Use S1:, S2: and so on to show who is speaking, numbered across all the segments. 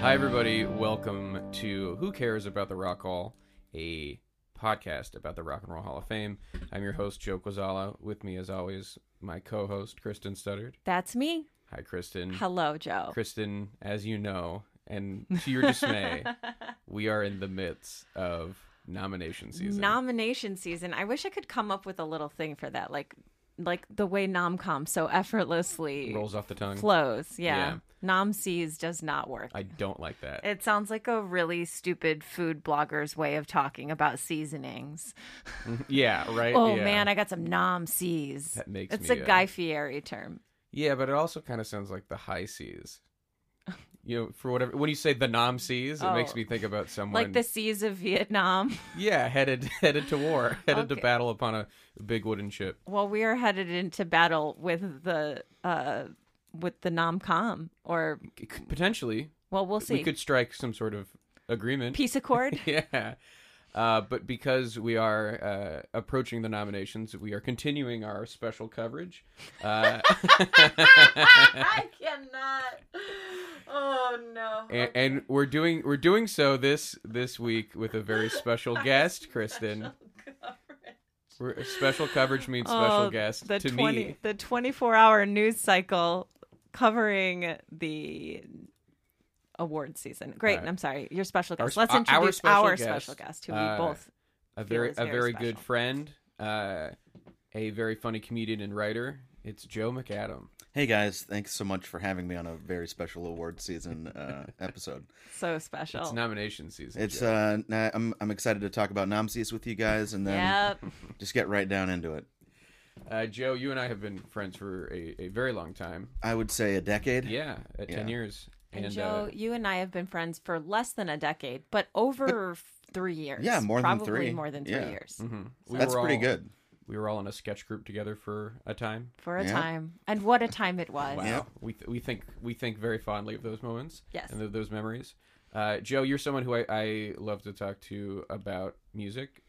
S1: Hi, everybody. Welcome to Who Cares About the Rock Hall, a podcast about the Rock and Roll Hall of Fame. I'm your host, Joe Quazala. With me, as always, my co host, Kristen Studdard.
S2: That's me.
S1: Hi, Kristen.
S2: Hello, Joe.
S1: Kristen, as you know, and to your dismay, we are in the midst of nomination season.
S2: Nomination season. I wish I could come up with a little thing for that, like like the way nomcom so effortlessly
S1: Rolls off the tongue.
S2: flows. Yeah.
S1: Yeah.
S2: Nom sees does not work.
S1: I don't like that.
S3: It sounds like a really stupid food blogger's way of talking about seasonings.
S1: yeah, right?
S2: oh
S1: Yeah.
S2: man, I got some nom sees.
S1: That makes
S2: it's
S1: me,
S2: a
S1: uh,
S2: Guy Fieri term.
S1: Yeah, but it also kind of sounds like the high seas. You know, for whatever, when you say the nom seas, it makes
S2: Oh.
S1: me think about someone.
S2: Like the seas of Vietnam.
S1: Yeah, headed headed to war, headed to
S2: Okay.
S1: battle upon a big wooden ship.
S2: well, we are headed into battle with the uh with the nomcom or
S1: C- c- Potentially,
S2: well, we'll see.
S1: we could strike some sort of agreement.
S2: Peace accord.
S1: yeah. Uh, but because we are uh, approaching the nominations, we are continuing our special coverage. Uh,
S3: I cannot. Oh no.
S1: and, and we're doing we're doing so this this week with a very special guest, Kristen. We're, special coverage means special
S2: Oh,
S1: guest
S2: the
S1: to
S2: 20,
S1: me.
S2: The 24 hour news cycle covering the award season. Great.
S1: Right.
S2: I'm sorry. Your special
S1: Our
S2: guest.
S1: spe-
S2: Let's
S1: our
S2: introduce our special,
S1: special guest,
S2: guest who
S1: uh,
S2: we both.
S1: a
S2: feel
S1: very
S2: is
S1: a
S2: very
S1: very good
S2: special.
S1: friend, uh, a very funny comedian and writer. It's Joe McAdam.
S4: Hey guys, thanks so much for having me on a very special award season uh, episode.
S2: So special.
S1: It's nomination season.
S4: It's
S1: Joe.
S4: uh, na- I'm I'm excited to talk about Namsies with you guys, and then
S2: Yep.
S4: just get right down into it.
S1: Uh, Joe. You and I have been friends for a, a very long time.
S4: I would say a decade.
S1: Yeah, uh, ten
S4: Yeah.
S1: years.
S2: And,
S1: uh,
S2: Joe, you and I have been friends for less than a decade, but over f- three years.
S4: Yeah, more than
S2: Probably
S4: three.
S2: more than three
S4: Yeah.
S2: years
S1: mhm. We
S4: That's
S1: were
S4: pretty
S1: all-
S4: good.
S1: We were all in a sketch group together for a time.
S2: for a
S4: Yeah.
S2: time. And what a time it was.
S1: Wow.
S4: Yep.
S1: We th- we think we think very fondly of those moments.
S2: Yes.
S1: And of those memories. Uh, Joe, you're someone who I, I love to talk to about music.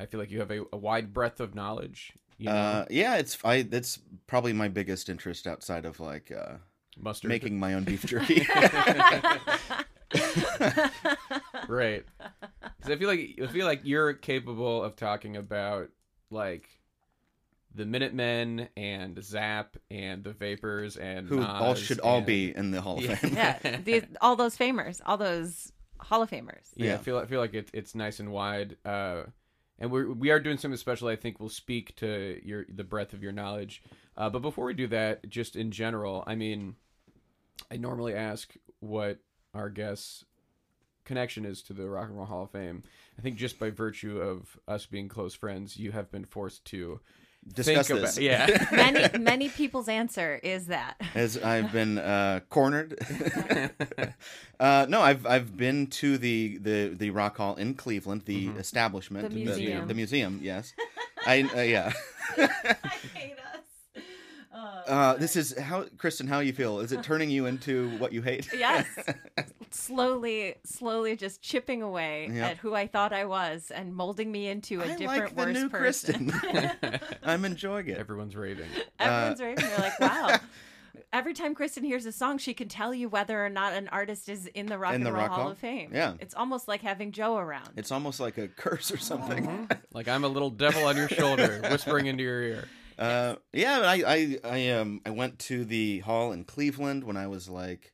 S1: I feel like you have a, a wide breadth of knowledge. You know,
S4: Uh, yeah, it's I. That's probably my biggest interest outside of like uh,
S1: mustard
S4: making my own beef jerky.
S1: right because i feel like i feel like you're capable of talking about like the minutemen and zap and the vapors and
S4: Who all
S1: Nas
S4: should all
S1: and-
S4: be in the Hall of
S1: Yeah.
S4: Fame.
S2: yeah. These, all those famers, all those Hall of Famers.
S1: yeah, I
S4: Yeah.
S1: feel I feel like it, it's nice and wide. Uh, and we're we are doing something special. I think will speak to your the breadth of your knowledge. Uh, but before we do that, just in general, I mean, I normally ask what our guests' connection is to the Rock and Roll Hall of Fame. I think just by virtue of us being close friends, you have been forced to
S4: Discuss
S1: think
S4: this.
S1: about yeah.
S2: many many people's answer is that
S4: as I've been uh, cornered. uh, no, I've I've been to the the the Rock Hall in Cleveland, the establishment,
S2: Mm-hmm. The museum.
S4: the, museum. Yes, I uh, yeah. Uh, this is how Kristen. How you feel? Is it turning you into what you hate?
S2: yes slowly slowly just chipping away
S4: Yeah.
S2: at who i thought i was and molding me into a
S4: I
S2: different
S4: like the
S2: worse
S4: new
S2: person
S4: Kristen. I'm enjoying it.
S1: Everyone's raving.
S4: Uh,
S2: everyone's raving they're like wow Every time Kristen hears a song, she can tell you whether or not an artist is in the Rock
S4: In
S2: and
S4: the
S2: Roll
S4: Rock
S2: Hall
S4: Hall?
S2: of Fame.
S4: Yeah.
S2: It's almost like having Joe around.
S4: It's almost like a curse or something.
S2: Uh-huh.
S1: Like I'm a little devil on your shoulder, whispering into your ear.
S4: Uh, yeah, but I, I, I, um, I went to the hall in Cleveland when I was like,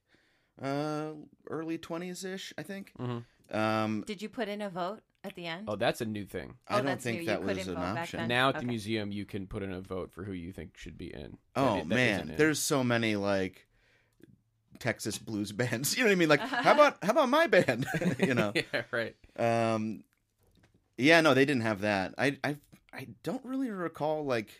S4: uh, early twenties ish, I think.
S1: Mm-hmm.
S4: Um,
S3: Did you put in a vote at the end?
S1: Oh, that's a new thing.
S3: Oh,
S4: I don't
S3: that's
S4: think
S3: new. You
S4: that
S3: couldn't
S4: was an
S3: vote back
S4: option.
S3: then?
S1: Now at the
S3: Okay.
S1: museum, you can put in a vote for who you think should be in. That
S4: Oh
S1: i- that isn't
S4: man,
S1: in.
S4: there's so many like Texas blues bands. You know what I mean? Like, how about how about my band? you know.
S1: yeah, right.
S4: Um, yeah, no, they didn't have that. I, I, I don't really recall like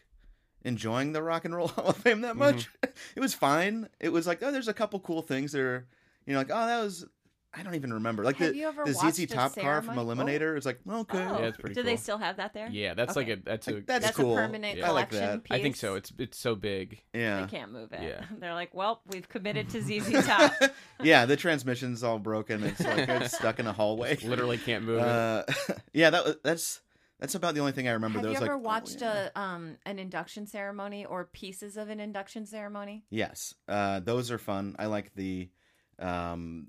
S4: enjoying the Rock and Roll Hall of Fame
S1: Mm-hmm.
S4: that much. it was fine. It was like, oh, there's a couple cool things that are, you know, like, oh, that was. I don't even remember. Like
S3: Have
S4: the
S3: you ever
S4: the
S3: watched
S4: ZZ
S3: a
S4: Top car from
S3: ceremony?
S4: Eliminator. It's like okay,
S3: Oh,
S1: Yeah, it's pretty
S2: Oh. Do they
S1: cool.
S2: still have that there?
S1: Yeah, that's like a that's a.
S4: Like, that's,
S3: That's a
S4: cool.
S3: permanent
S4: I like
S3: collection
S4: that.
S3: piece.
S1: I think so. It's it's so big.
S2: They
S4: Yeah,
S2: can't move it.
S1: Yeah.
S2: They're like, well, we've committed to ZZ Top.
S4: yeah. The transmission's all broken. It's like it's stuck in a hallway.
S1: Literally can't move it.
S4: Uh, yeah, that was, that's that's about the only thing I remember.
S3: Have
S4: that
S3: you
S4: was
S3: ever
S4: like, oh,
S3: watched
S4: yeah.
S3: a um an induction ceremony or pieces of an induction ceremony?
S4: Yes, uh, those are fun. I like the, um,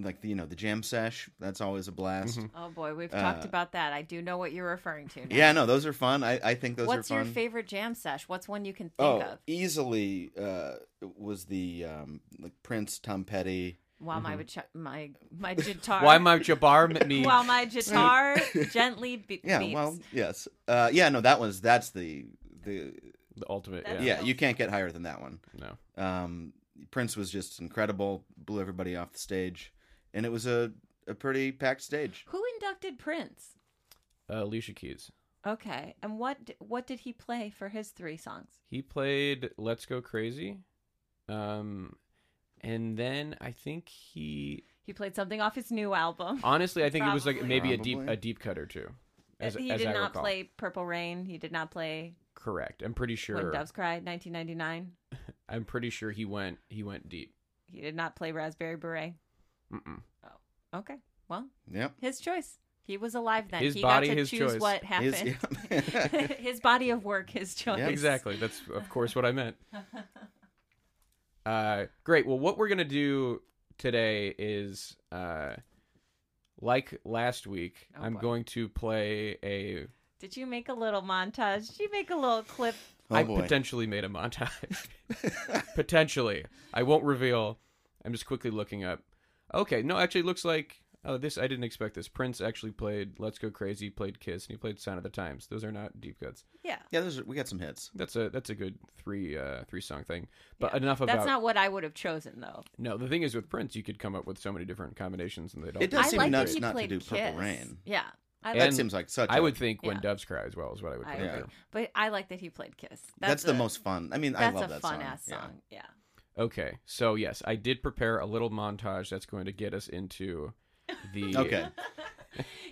S4: like the you know the jam sesh. That's always a blast.
S3: Oh boy, we've talked
S4: Uh,
S3: about that. I do know what you're referring to. Now.
S4: Yeah, no, those are fun. I, I think those
S3: What's
S4: are fun.
S3: your favorite jam sesh? What's one you can think
S4: Oh,
S3: of?
S4: easily uh, was the um, like Prince, Tom Petty.
S3: While my
S4: mm-hmm.
S3: ch- my my guitar.
S1: Why my Jabbar m- me?
S2: While my guitar gently be-
S4: Yeah,
S2: beeps.
S4: well, yes, uh, yeah, no, that was that's the the
S1: the ultimate.
S2: That's
S1: yeah.
S4: yeah. You can't get higher than that one.
S1: No.
S4: Um, Prince was just incredible. Blew everybody off the stage, and it was a a pretty packed stage.
S2: Who inducted Prince?
S1: Uh, Alicia Keys.
S2: Okay, and what d- what did he play for his three songs?
S1: He played "Let's Go Crazy," um, and then I think he
S2: He played something off his new album.
S1: honestly I think it was like
S2: Probably.
S1: maybe a deep
S4: Probably.
S1: a deep cut or two. As,
S2: he
S1: as
S2: did
S1: I
S2: not
S1: recall.
S2: play Purple Rain. He did not play
S1: Correct. I'm pretty sure.
S2: When Doves Cry, 1999.
S1: I'm pretty sure he went he went deep.
S2: He did not play Raspberry Beret.
S1: Mm-mm.
S2: Okay, well,
S4: Yep.
S2: his choice. He was alive then.
S1: His
S2: he
S1: body,
S2: got to
S1: his
S2: choose
S1: choice.
S2: what
S4: Is-
S2: happened.
S4: yeah.
S2: his body of work, his choice.
S4: Yes.
S1: Exactly. That's of course what I meant. Uh, great. Well, what we're gonna do today is, uh, like last week,
S2: Oh,
S1: I'm
S2: boy.
S1: going to play a.
S2: Did you make a little montage? Did you make a little clip?
S4: Oh,
S1: I
S4: boy.
S1: potentially made a montage. potentially, I won't reveal. I'm just quickly looking up. Okay, no, actually, it looks like oh, this I didn't expect this. Prince actually played "Let's Go Crazy," played "Kiss," and he played "Sound of the Times." Those are not deep cuts.
S2: Yeah.
S4: Yeah, those are, we got some hits.
S1: That's a that's a good three uh three song thing. But
S2: Yeah.
S1: enough about
S2: That's not what I would have chosen, though.
S1: no. The thing is with Prince, you could come up with so many different combinations, and they don't.
S4: It does
S2: I
S4: seem
S2: like
S4: nuts
S2: that he
S4: not to
S2: played
S4: do Purple
S2: Kiss.
S4: Rain.
S2: Yeah. I
S1: And-
S4: that seems like such.
S1: I
S4: a-
S1: would think when
S2: Yeah.
S1: doves cry as well is what I would.
S2: I
S1: put in
S4: agree.
S1: there.
S2: But I like that he played Kiss.
S4: that's
S2: a-
S4: the most fun. I mean, I
S2: That's
S4: love
S2: a
S4: that
S2: fun
S4: song.
S2: ass
S4: Yeah.
S2: song. Yeah.
S1: Okay, so yes, I did prepare a little montage that's going to get us into the
S4: Okay.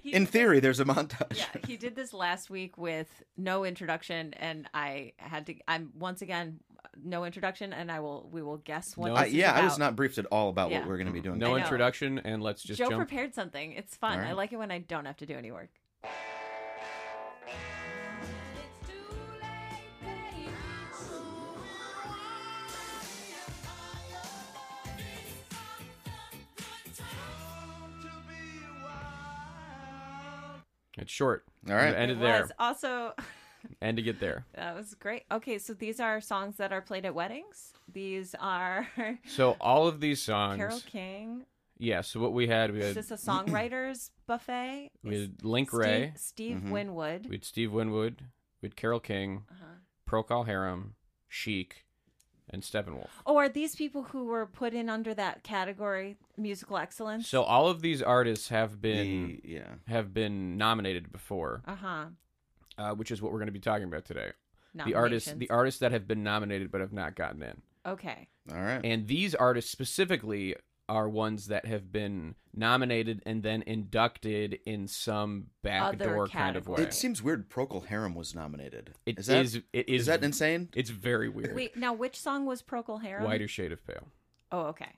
S2: He
S4: In
S2: did-
S4: theory, there's a montage.
S2: Yeah, he did this last week with no introduction, and I had to. I'm once again no introduction, and I will. We will guess what.
S1: No.
S4: I,
S2: this is
S4: yeah, I was
S2: about.
S4: not briefed at all about
S2: Yeah.
S4: what we're going to be doing.
S1: no
S2: I know.
S1: introduction, and let's just
S2: Joe
S1: jump.
S2: prepared something. It's fun.
S4: All right.
S2: I like it when I don't have to do any work.
S1: It's short.
S4: All right.
S1: end it
S2: It
S1: there.
S2: was also
S1: End to get there.
S2: that was great. Okay, so these are songs that are played at weddings. These are
S1: So all of these songs.
S2: Carol King.
S1: Yeah. So what we had, we
S2: Is
S1: had
S2: this a songwriters buffet?
S1: we
S2: Is
S1: had Link
S2: Steve,
S1: Ray, Mm-hmm.
S2: Steve
S4: Mhm.
S2: Winwood.
S1: we had Steve Winwood, we had Carol King,
S2: uh
S1: Procol Harum, Chic, and Steppenwolf.
S2: Oh, are these people who were put in under that category musical excellence?
S1: So all of these artists have been
S4: The- yeah.
S1: have been nominated before,
S2: uh huh.
S1: uh, which is what we're going to be talking about today. The artists, the artists that have been nominated but have not gotten in,
S2: Okay.
S4: All right.
S1: and these artists specifically are ones that have been nominated and then inducted in some backdoor kind of way.
S2: category.
S4: It seems weird. Procol Harum was nominated.
S1: It
S4: is that,
S1: is- it is-
S4: is that insane?
S1: It's very weird.
S2: Wait. Now, which song was Procol Harum?
S1: Whiter shade of pale.
S2: Oh, okay.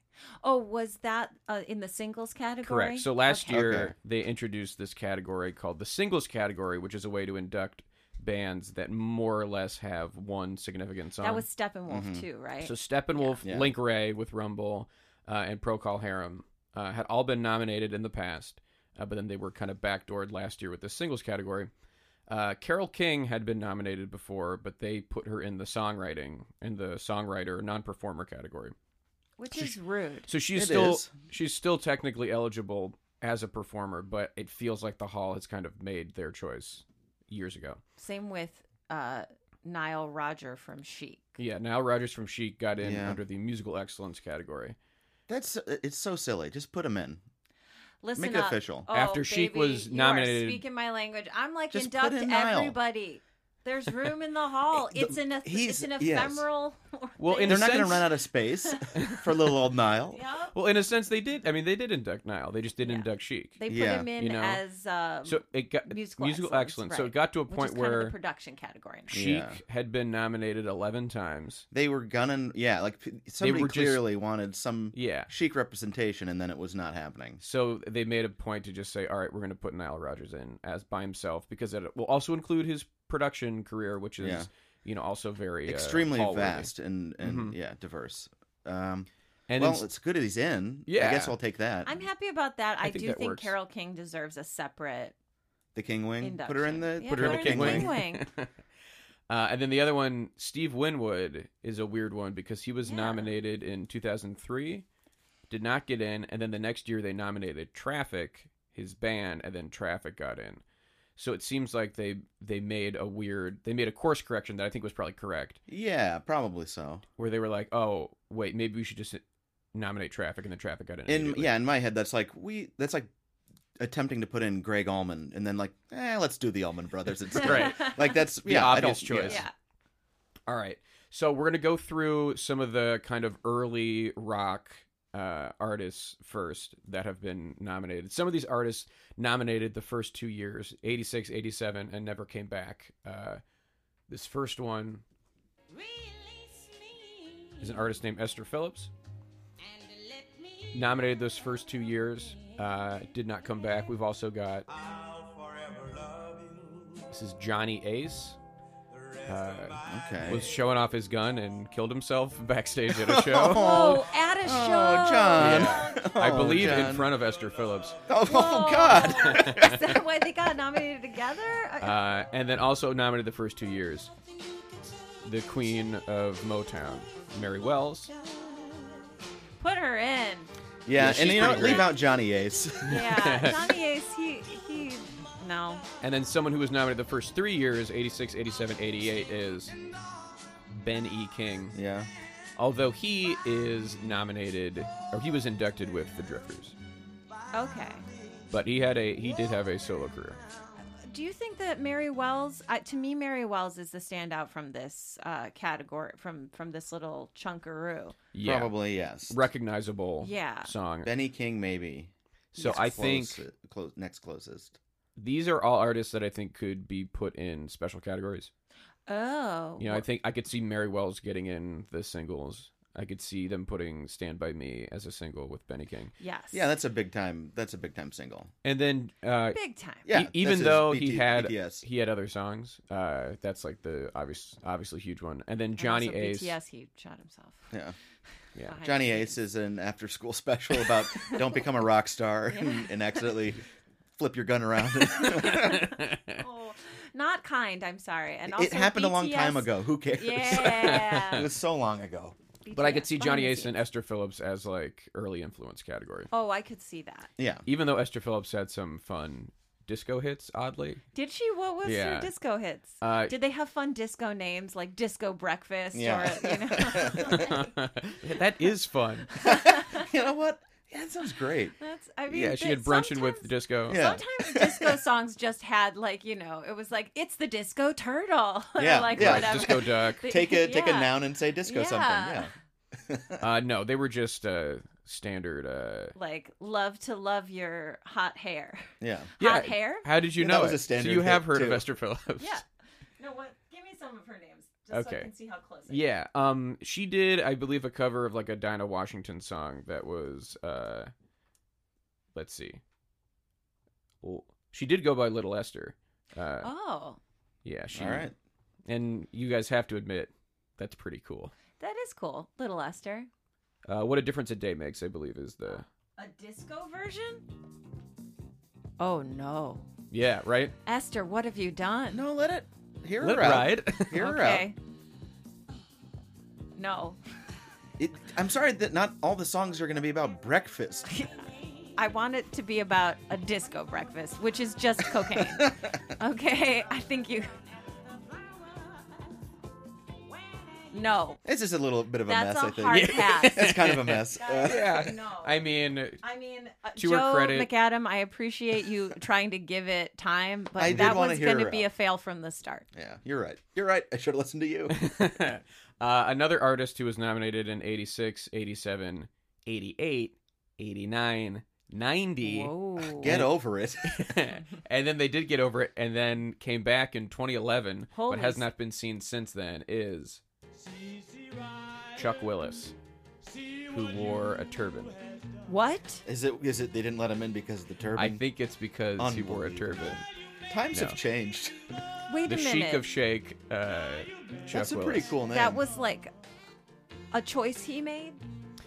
S2: Oh, was that uh, in the singles category?
S1: Correct. So last
S2: Okay.
S1: year
S4: Okay.
S1: they introduced this category called the singles category, which is a way to induct bands that more or less have one significant song. Mm-hmm.
S2: That was Steppenwolf too, right?
S1: So Steppenwolf,
S4: Yeah.
S1: Link Ray with Rumble, uh, and Procol Harum uh, had all been nominated in the past, uh, but then they were kind of backdoored last year with the singles category. Uh, Carol King had been nominated before, but they put her in the songwriting in the songwriter non-performer category.
S2: Which is rude.
S1: So she's
S4: It
S1: still
S4: is.
S1: she's still technically eligible as a performer, but it feels like the hall has kind of made their choice years ago.
S2: Same with uh, Nile Roger from Chic.
S1: Yeah, now Rogers from Chic got in
S4: Yeah.
S1: under the musical excellence category.
S4: That's uh, it's so silly. Just put them in.
S2: Listen
S4: Make it
S2: up.
S4: official.
S2: Oh,
S1: After Chic
S2: baby,
S1: was
S2: you are
S1: nominated-
S2: Speaking my language, I'm like
S4: Just put
S2: induct
S4: in Nile.
S2: everybody. There's room in the hall.
S4: The-
S2: It's an eph- it's
S4: he's-
S2: an
S4: yes.
S2: ephemeral.
S1: Well, in
S4: They're
S1: a
S4: not going
S1: sense-
S4: to run out of space for little old Nile.
S2: Yep.
S1: Well, in a sense, they did. I mean, they did induct Nile. They just didn't induct Chic.
S2: They put
S4: Yeah.
S2: him in
S1: You know.
S2: as um,
S1: so it got
S2: musical,
S1: excellence. So
S2: right,
S1: it got to a
S2: which
S1: point
S2: is kind of
S1: where
S2: the production category. now.
S1: Chic
S4: Yeah.
S1: had been nominated eleven times.
S4: They were gunning. Yeah, like p- somebody
S1: were just-
S4: clearly wanted some
S1: Yeah.
S4: chic representation, and then it was not happening.
S1: So they made a point to just say, "All right, we're going to put Nile Rodgers in as by himself because it will also include his production career, which is
S4: Yeah.
S1: you know also very uh,
S4: Extremely
S1: hall-worthy.
S4: vast and and yeah, diverse. Um,
S1: Mm-hmm. And
S4: well,
S1: ins-
S4: it's good that he's in. I guess
S1: Yeah.
S4: I'll take that.
S2: I'm happy about that.
S1: I
S2: I,
S1: think
S2: do
S1: that
S2: think
S1: works.
S2: Carol King deserves a separate
S4: the King Wing.
S2: induction.
S4: Put her in the
S2: Yeah,
S4: put her in the King Wing.
S2: wing.
S1: Uh, and then the other one, Steve Winwood, is a weird one because he was
S2: Yeah.
S1: nominated in 2003, did not get in, and then the next year they nominated Traffic, his band, and then Traffic got in. So it seems like they they made a weird they made a course correction that I think was probably correct,
S4: Yeah, probably so.
S1: where they were like, oh wait, maybe we should just nominate Traffic, and then Traffic got in.
S4: In
S1: immediately.
S4: yeah, in my head, that's like we. That's like attempting to put in Greg Allman, and then like, eh, let's do the Allman Brothers instead.
S1: Right.
S4: Like that's
S1: The
S4: yeah, I
S1: obvious
S4: don't- yeah.
S1: choice.
S2: yeah.
S1: All right. So we're going to go through some of the kind of early rock uh, artists first that have been nominated. Some of these artists nominated the first two years, 86, 87, and never came back. Uh, this first one is an artist named Esther Phillips. Nominated those first two years, uh, did not come back. We've also got this is Johnny Ace. Uh,
S4: Okay.
S1: was showing off his gun and killed himself backstage at a show.
S2: Oh, at a
S4: Oh,
S2: show.
S4: John.
S1: I
S4: Oh,
S1: believe in
S4: John.
S1: front of Esther Phillips.
S4: Oh,
S2: Whoa.
S4: God.
S2: is that why they got nominated together?
S1: Uh, and then also nominated the first two years. The Queen of Motown, Mary Wells.
S2: Put her in.
S4: Yeah,
S1: she's
S4: and you know,
S1: pretty
S4: what? leave
S1: great.
S4: out Johnny Ace.
S2: Yeah, Johnny Ace. He he. No.
S1: And then someone who was nominated the first three years, 86, 87, 88, is Ben E. King.
S4: yeah.
S1: Although he is nominated, or he was inducted with the Drifters.
S2: Okay.
S1: But he had a he did have a solo career.
S2: Do you think that Mary Wells? Uh, to me, Mary Wells is the standout from this uh, category, from from this little chunkaroo.
S1: Yeah.
S4: Probably yes.
S1: Recognizable
S2: Yeah.
S1: song.
S4: Benny King maybe.
S1: so I think
S4: Close- close, next closest.
S1: these are all artists that I think could be put in special categories.
S2: Oh.
S1: You know, I think I could see Mary Wells getting in the singles. I could see them putting "Stand by Me" as a single with Benny King,
S2: Yes.
S4: Yeah, that's a big time. That's a big time single.
S1: and then uh,
S2: Big time.
S4: Yeah.
S1: e- even
S4: this is
S1: though
S4: BT
S1: he had
S4: BTS.
S1: he had other songs, uh, that's like the obvious, obviously huge one. And then
S2: And
S1: Johnny
S2: also
S1: Ace,
S2: BTS. He shot himself.
S4: Yeah.
S1: yeah,
S2: Behind
S4: Johnny
S2: the
S4: Ace is an after school special about don't become a rock star and, and accidentally flip your gun around.
S2: scenes. Oh, not kind. I'm sorry. And also
S4: it happened a long time
S2: BTS
S4: ago. Who cares? it
S2: Yeah.
S4: was so long ago.
S1: but I could
S2: BTS,
S1: see
S2: behind
S1: Johnny
S2: the
S1: Ace and
S2: scenes.
S1: Esther Phillips as like early influence category.
S2: Oh, I could see that.
S4: Yeah.
S1: Even though Esther Phillips had some fun disco hits, oddly,
S2: Did she? What was
S1: Yeah.
S2: her disco hits?
S1: Uh,
S2: Did they have fun disco names like Disco Breakfast
S4: Yeah.
S2: or you know?
S1: that is fun.
S4: You know what? Yeah, that sounds great.
S2: That's I mean
S1: Yeah, she had
S2: that-
S1: brunchin' with
S2: sometimes-
S1: disco.
S4: Yeah.
S2: Sometimes disco songs just had like you know it was like it's the disco turtle or
S4: Yeah,
S2: like
S4: yeah.
S2: whatever.
S1: Disco duck.
S2: The-
S4: Take a take a
S2: yeah.
S4: noun and say disco something. Yeah.
S2: Yeah.
S1: Uh, no, they were just uh, standard. Uh,
S2: Like love to love your hot hair.
S4: Yeah.
S2: Hot hair?
S1: How did you
S4: Yeah,
S1: know
S4: that was
S1: it?
S4: a standard
S1: so you have
S4: hit,
S1: heard of
S4: too.
S1: Esther Phillips?
S2: Yeah. No, what? Give me some of her names just so
S1: Okay.
S2: I can see how close. I am.
S1: Yeah. Um, she did, I believe, a cover of like a Dinah Washington song that was. Uh, let's see. Well, she did go by Little Esther. Uh,
S2: Oh,
S1: Yeah, she.
S4: All right.
S1: And you guys have to admit, that's pretty cool.
S2: That is cool. Little Esther.
S1: Uh, what a difference a day makes, I believe, is the
S2: A disco version? Oh no.
S1: yeah right.
S2: Esther, what have you done?
S4: No, let it. Hear
S1: Let
S4: her out.
S1: ride.
S4: Hear her out.
S2: Okay. No.
S4: It, I'm sorry that not all the songs are going to be about breakfast.
S2: I want it to be about a disco breakfast, which is just cocaine. okay, I think you. No,
S4: It's just a little bit of a
S2: that's
S4: mess, I
S2: a
S4: think.
S2: hard pass.
S4: It's kind of a mess. Uh,
S1: yeah.
S2: No.
S1: I mean,
S2: I mean, uh,
S1: To
S2: Joe
S1: her credit-
S2: McAdam, I appreciate you trying to give it time, but
S4: I did
S2: that
S4: wanna
S2: was
S4: hear
S2: going to
S4: her
S2: be a
S4: out.
S2: fail from the start.
S4: yeah, you're right. You're right. I should have listened to you.
S1: uh, another artist who was nominated in 86, 87, 88, 89, 90.
S2: Whoa!
S4: Get over it.
S1: and then they did get over it and then came back in 2011,
S2: Holy
S1: but has
S2: s-
S1: not been seen since then, is Chuck Willis, who wore a turban.
S2: What?
S4: Is it? Is it? They didn't let him in because of the turban.
S1: I think it's because he wore a
S4: Unbelievable.
S1: turban.
S4: times
S1: no.
S4: have changed.
S2: Wait
S1: The
S2: a
S1: Sheik
S2: minute.
S1: of Sheikh, uh, Chuck
S4: That's a
S1: Willis.
S4: pretty cool name.
S2: that was like a choice he made.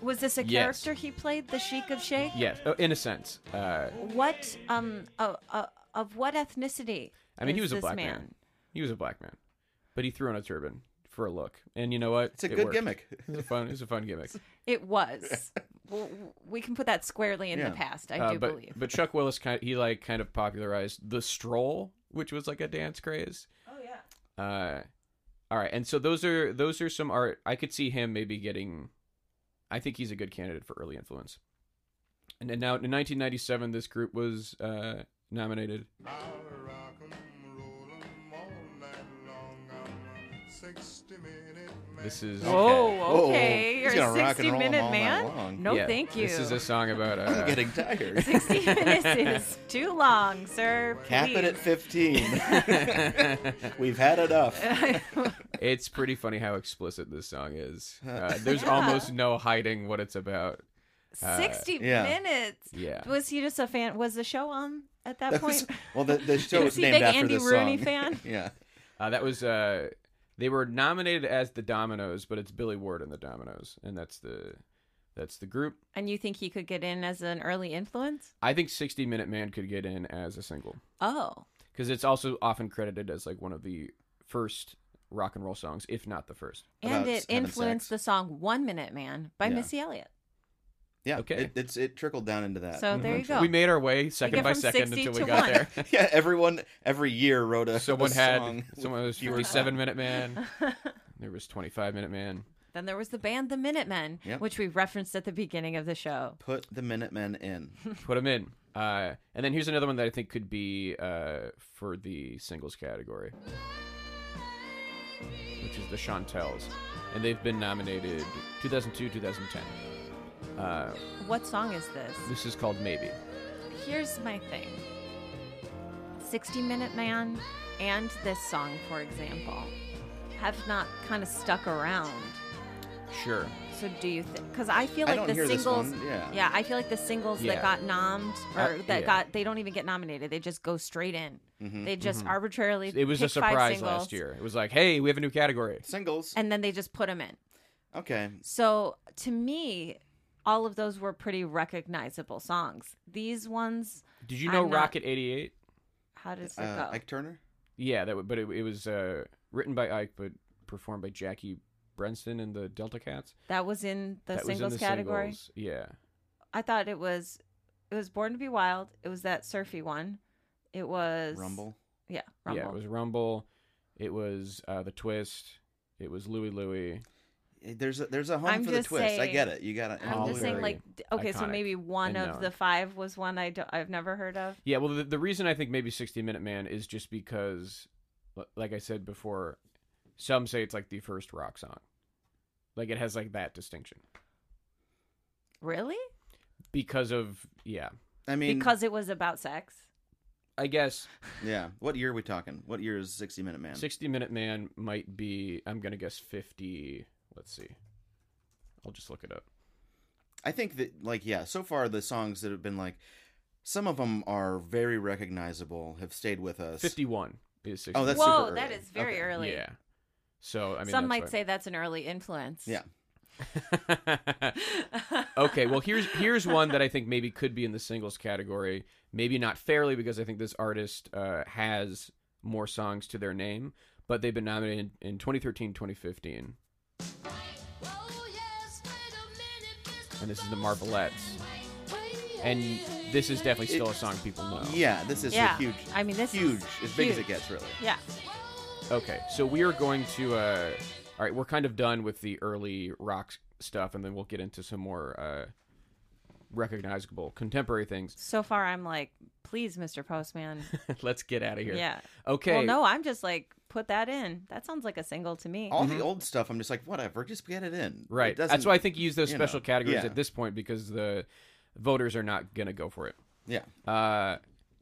S2: Was this a
S1: Yes.
S2: character he played, the Sheik of Sheikh?
S1: Yes, oh, in a sense. Uh,
S2: What um uh, uh, of what ethnicity?
S1: I mean, he
S2: is
S1: was a
S2: this
S1: black man. He was a black man, but he threw on a turban for a look. And you know what?
S4: It's a
S1: It
S4: good
S1: worked.
S4: gimmick.
S1: It's a fun. It's a fun gimmick.
S2: It was. W- w- we can put that squarely in
S4: Yeah.
S2: the past. I
S1: Uh,
S2: do
S1: but
S2: believe.
S1: but Chuck Willis kind he like kind of popularized the stroll, which was like a dance craze.
S2: oh yeah.
S1: Uh, all right, and so those are those are some art. I could see him maybe getting. I think he's a good candidate for early influence. And then now in 1997, this group was uh, nominated. This is
S2: Whoa. Okay.
S4: He's
S2: You're
S4: gonna
S2: a
S4: rock and
S2: sixty
S4: roll 'em
S2: minute
S4: all night
S2: man.
S4: long.
S2: Oh, No,
S1: yeah,
S2: thank you.
S1: This is a song about
S4: I'm
S1: uh,
S4: getting tired.
S2: sixty minutes is too long, sir.
S4: Cap it at
S2: please.
S4: 15. We've had enough.
S1: It's pretty funny how explicit this song is. Uh, there's almost no hiding what it's about.
S2: Sixty
S4: uh, yeah.
S2: minutes.
S1: Yeah.
S2: Was he just a fan? Was the show on at that,
S4: That was-
S2: point?
S4: well, the, the show
S2: Is
S4: was
S2: he
S4: named
S2: big
S4: after
S2: Andy
S4: this
S2: Rooney
S4: song.
S2: fan?
S4: yeah.
S1: Uh, that was uh, they were nominated as the Dominoes, but it's Billy Ward and the Dominoes, and that's the that's the group.
S2: And you think he could get in as an early influence?
S1: I think 60 Minute Man could get in as a single
S2: Oh,
S1: because it's also often credited as like one of the first rock and roll songs, if not the first.
S2: and
S4: About
S2: it
S4: having
S2: influenced the
S4: sex.
S2: song "One Minute Man" by
S4: Yeah.
S2: Missy Elliott.
S4: Yeah.
S1: Okay.
S4: It, it's, it trickled down into that. Mm-hmm.
S2: So there you go.
S1: We made our way second
S2: get
S1: by
S2: from
S1: second
S2: 60
S1: until we
S2: to
S1: got
S2: one.
S1: there.
S4: yeah, everyone every year wrote a
S1: Someone
S4: a
S1: had
S4: song
S1: someone was
S4: with fewer
S1: 47 Minute Man. There was 25 Minute Man.
S2: Then there was the band The Minutemen,
S4: Yep.
S2: which we referenced at the beginning of the show.
S4: Put the Minutemen in.
S1: Put them in. Uh, and then here's another one that I think could be uh, for the singles category, which is the Chantels, and they've been nominated 2002, 2010. Uh,
S2: What song is this?
S1: this is called Maybe.
S2: Here's my thing 60 Minute Man and this song, for example, have not kind of stuck around.
S1: Sure.
S2: So do you think? Because I feel
S4: I
S2: like
S4: don't
S2: the
S4: hear this
S2: singles.
S4: one, yeah.
S2: I feel like the singles
S1: Yeah.
S2: that got nommed or
S1: Uh,
S2: that
S1: yeah.
S2: got they don't even get nominated. They just go straight in.
S4: Mm-hmm.
S2: They just arbitrarily.
S1: Mm-hmm. It was a
S2: pick five
S1: surprise
S2: singles,
S1: last year. It was like, hey, we have a new category.
S4: Singles.
S2: and then they just put them in.
S4: Okay.
S2: So to me, all of those were pretty recognizable songs. These ones,
S1: Did you know
S2: I'm not-
S1: Rocket 88?
S2: how does it
S4: Uh,
S2: go?
S4: Ike Turner?
S1: Yeah, that. w- But it, it was uh, written by Ike, but performed by Jackie Brenston and the Delta Cats.
S2: that was in the
S1: that was in
S2: singles
S1: the
S2: category.
S1: Singles. Yeah.
S2: I thought it was it was Born to Be Wild. It was that surfy one. It was
S4: Rumble.
S2: Yeah, Rumble.
S1: Yeah, it was Rumble. It was uh, the Twist. It was Louie Louie.
S4: Eh, There's a, there's a home
S2: I'm
S4: for the
S2: just
S4: twist. I
S2: saying-
S4: get it. You got to.
S2: I'm
S1: All
S2: just saying,
S1: very
S2: like, d- okay, so
S1: iconic
S2: maybe one
S1: and
S2: of
S1: known.
S2: the five was one I don't, I've never heard of.
S1: Yeah, well, the, the reason I think maybe 60 Minute Man is just because, li- like I said before, some say it's like the first rock song. Like it has like that distinction
S2: Really?
S1: because of yeah.
S4: I mean,
S2: because it was about sex.
S1: I guess
S4: yeah. What year are we talking? What year is 60 Minute Man?
S1: 60 Minute Man might be. I'm gonna guess 50. Let's see. I'll just look it up.
S4: I think that like yeah, so far the songs that have been like some of them are very recognizable, have stayed with us.
S1: 51. is 60
S4: Oh, that's
S2: Whoa,
S4: super
S2: that
S4: early.
S2: is very
S4: Okay.
S2: early.
S1: yeah so i mean
S2: Some
S1: that's
S2: might
S1: why-
S2: say that's an early influence.
S4: Yeah.
S1: okay, well here's here's one that I think maybe could be in the singles category. Maybe not fairly because I think this artist uh, has more songs to their name, but they've been nominated in, in 2013, 2015, and this is the Marvelettes. And this is definitely still a song people know.
S4: Yeah, this is
S2: Yeah.
S4: a huge.
S2: I mean, this is
S4: huge, as big as it
S2: huge.
S4: gets, really.
S2: Yeah.
S1: Okay, so we are going to. Uh, all right, we're kind of done with the early rock stuff, and then we'll get into some more uh, recognizable contemporary things.
S2: So far, I'm like, please, Mr. Postman.
S1: Let's get out of here.
S2: Yeah.
S1: Okay.
S2: Well, no, I'm just like, put that in. That sounds like a single to me.
S4: All the old stuff, I'm just like, whatever, just get it in. It
S1: Right. That's
S4: doesn't-
S1: why I think you use those
S4: you
S1: special
S4: know,
S1: categories
S4: yeah.
S1: at this point because the voters are not going to go for it.
S4: Yeah.
S1: Uh,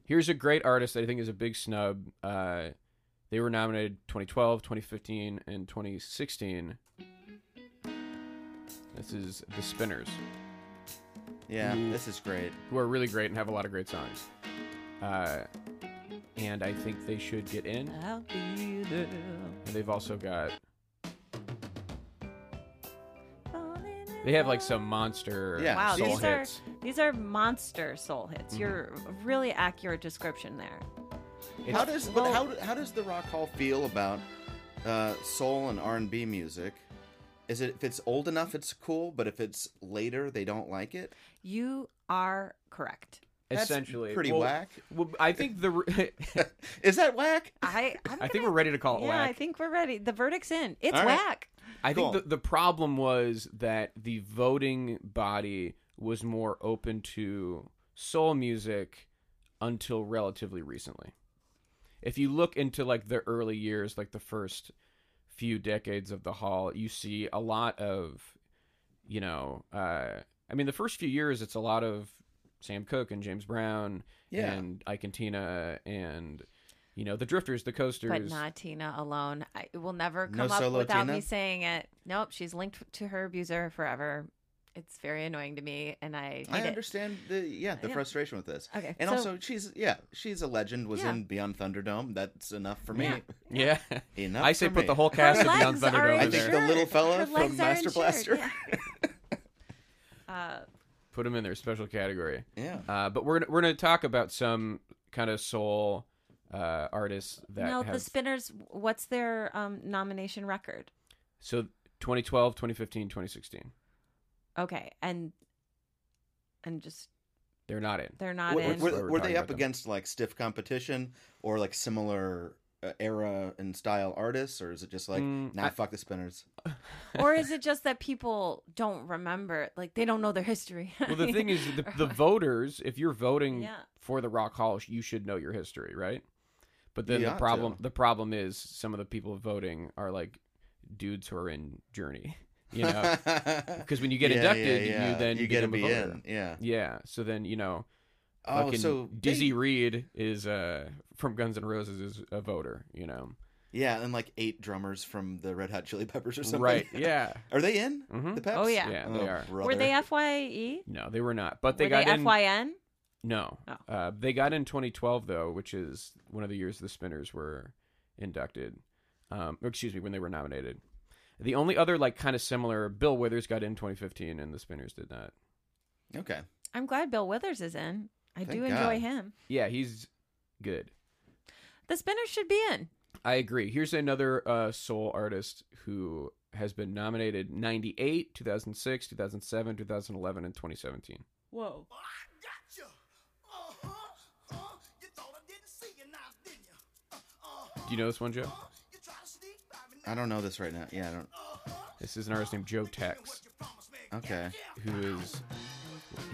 S1: here's a great artist that I think is a big snub. Uh, they were nominated 2012, 2015, and 2016. This is The Spinners,
S4: Yeah, this is great.
S1: who are really great and have a lot of great songs. Uh, and I think they should get in.
S2: I'll be there.
S1: And they've also got, they have like some monster
S4: Yeah, Mm-hmm.
S2: Wow,
S1: soul
S2: these
S1: hits.
S2: are these are monster soul hits. You're a really accurate description there.
S1: It's-
S4: how does but how, how does the Rock Hall feel about uh, soul and R and B music? Is it if it's old enough, it's cool, but if it's later, they don't like it.
S2: You are correct.
S4: That's
S1: essentially
S4: pretty
S1: well,
S4: whack.
S1: Well, I think the re-
S4: Is that whack?
S2: I I'm
S1: I think
S2: gonna-
S1: we're ready to call it
S2: yeah,
S1: whack.
S2: I think we're ready. The verdict's in. It's
S4: All right.
S2: whack.
S1: I think
S4: Cool.
S1: the, the problem was that the voting body was more open to soul music until relatively recently. If you look into like the early years, like the first few decades of the hall, you see a lot of, you know, uh, I mean, the first few years, it's a lot of Sam Cooke and James Brown
S4: Yeah.
S1: and Ike and Tina and, you know, the Drifters, the Coasters.
S2: But not Tina alone. I, it will never
S4: No
S2: come up
S4: solo
S2: without
S4: Tina?
S2: me saying it. Nope, she's linked to her abuser forever. It's very annoying to me, and I
S4: I
S2: hate it.
S4: understand the yeah the
S2: Yeah.
S4: frustration with this.
S2: Okay,
S4: and
S2: so-
S4: also she's yeah she's a legend. Was
S2: Yeah.
S4: in Beyond Thunderdome. That's enough for me.
S1: Yeah.
S4: Enough
S1: I say
S4: for
S1: put
S4: me.
S1: the whole cast
S2: Her
S1: of Beyond
S2: legs are
S1: Thunderdome
S4: I
S1: in
S4: think
S1: there.
S4: the little fella
S2: Her
S4: from
S2: legs are
S4: Master
S2: insured,
S4: Blaster.
S2: yeah. Uh,
S1: Put them in their special category.
S4: yeah.
S1: Uh, but we're we're going to talk about some kind of soul uh, artists that
S2: no, the
S1: have
S2: Spinners. What's their um, nomination record?
S1: so 2012, 2015, 2016.
S2: Okay, and and just
S1: They're not in.
S2: they're not
S4: Were,
S2: in.
S4: were-
S1: That's why we're
S4: were
S1: talking
S4: they
S1: about
S4: up
S1: them.
S4: against like stiff competition or like similar uh, era and style artists, or is it just like
S1: Mm,
S4: nah,
S1: I-
S4: fuck the spinners?
S2: or is it just that people don't remember? Like they don't know their history.
S1: Well, the thing is, the, the voters. If you're voting
S2: Yeah.
S1: for the Rock Hall, you should know your history, right? But then
S4: You
S1: the
S4: ought
S1: problem
S4: to.
S1: the problem is some of the people voting are like dudes who are in Journey, you know. Because when you get
S4: Yeah,
S1: inducted,
S4: yeah,
S1: you
S4: yeah.
S1: then
S4: you get to
S1: become
S4: be
S1: a voter.
S4: in. Yeah.
S1: Yeah. So then you know,
S4: Oh,
S1: fucking
S4: so they-
S1: Dizzy Reed is uh from Guns N' Roses is a voter. You know,
S4: Yeah, and like eight drummers from the Red Hot Chili Peppers or something.
S1: right? Yeah.
S4: Are they in
S1: Mhm.
S4: the Peps?
S2: Oh, yeah.
S1: Yeah, they are.
S2: were they Fye?
S1: No, they were not. But they
S2: were
S1: got
S2: they
S1: in.
S2: Fyn?
S1: No,
S2: Oh.
S1: uh, they got in 2012 though, which is one of the years the Spinners were inducted. Um, or excuse me, when they were nominated. The only other like kind of similar, Bill Withers got in 2015, and the Spinners did not.
S4: Okay.
S2: I'm glad Bill Withers is in. I do
S4: Thank
S2: enjoy
S4: God.
S2: him.
S1: Yeah, he's good.
S2: The Spinners should be in.
S1: I agree. Here's another uh, soul artist who has been nominated 98, 2006, 2007, 2011, and 2017.
S2: Whoa.
S1: Do you know this one, Joe?
S4: I don't know this right now. Yeah, I don't.
S1: This is an artist named Joe Tex,
S4: Okay.
S1: who is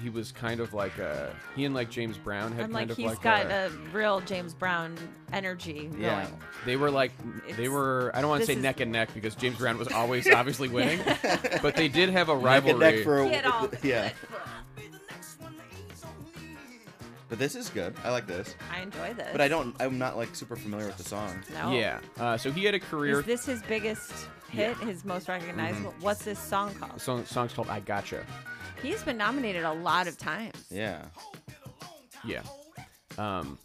S1: he was kind of like a he and like James Brown had
S2: I'm
S1: kind
S2: like,
S1: of
S2: he's
S1: like
S2: got
S1: a,
S2: a real James Brown energy going.
S4: Yeah.
S1: they were like they
S2: It's-
S1: were I don't want to
S2: this
S1: say
S2: is-
S1: neck and neck because James Brown was always obviously winning, but they did have a
S4: Neck and
S1: rivalry.
S4: neck for a-
S2: Get off.
S4: yeah. But this is good. I like this.
S2: I enjoy this.
S4: But I don't. I'm not like super familiar with the song.
S2: No.
S1: Yeah, uh, so he had a career.
S2: Is this his biggest hit? His most recognizable?
S4: Mm-hmm.
S2: What's this song called?
S1: song, song's called "I Gotcha."
S2: He's been nominated a lot of times.
S4: Yeah.
S1: Yeah. Um,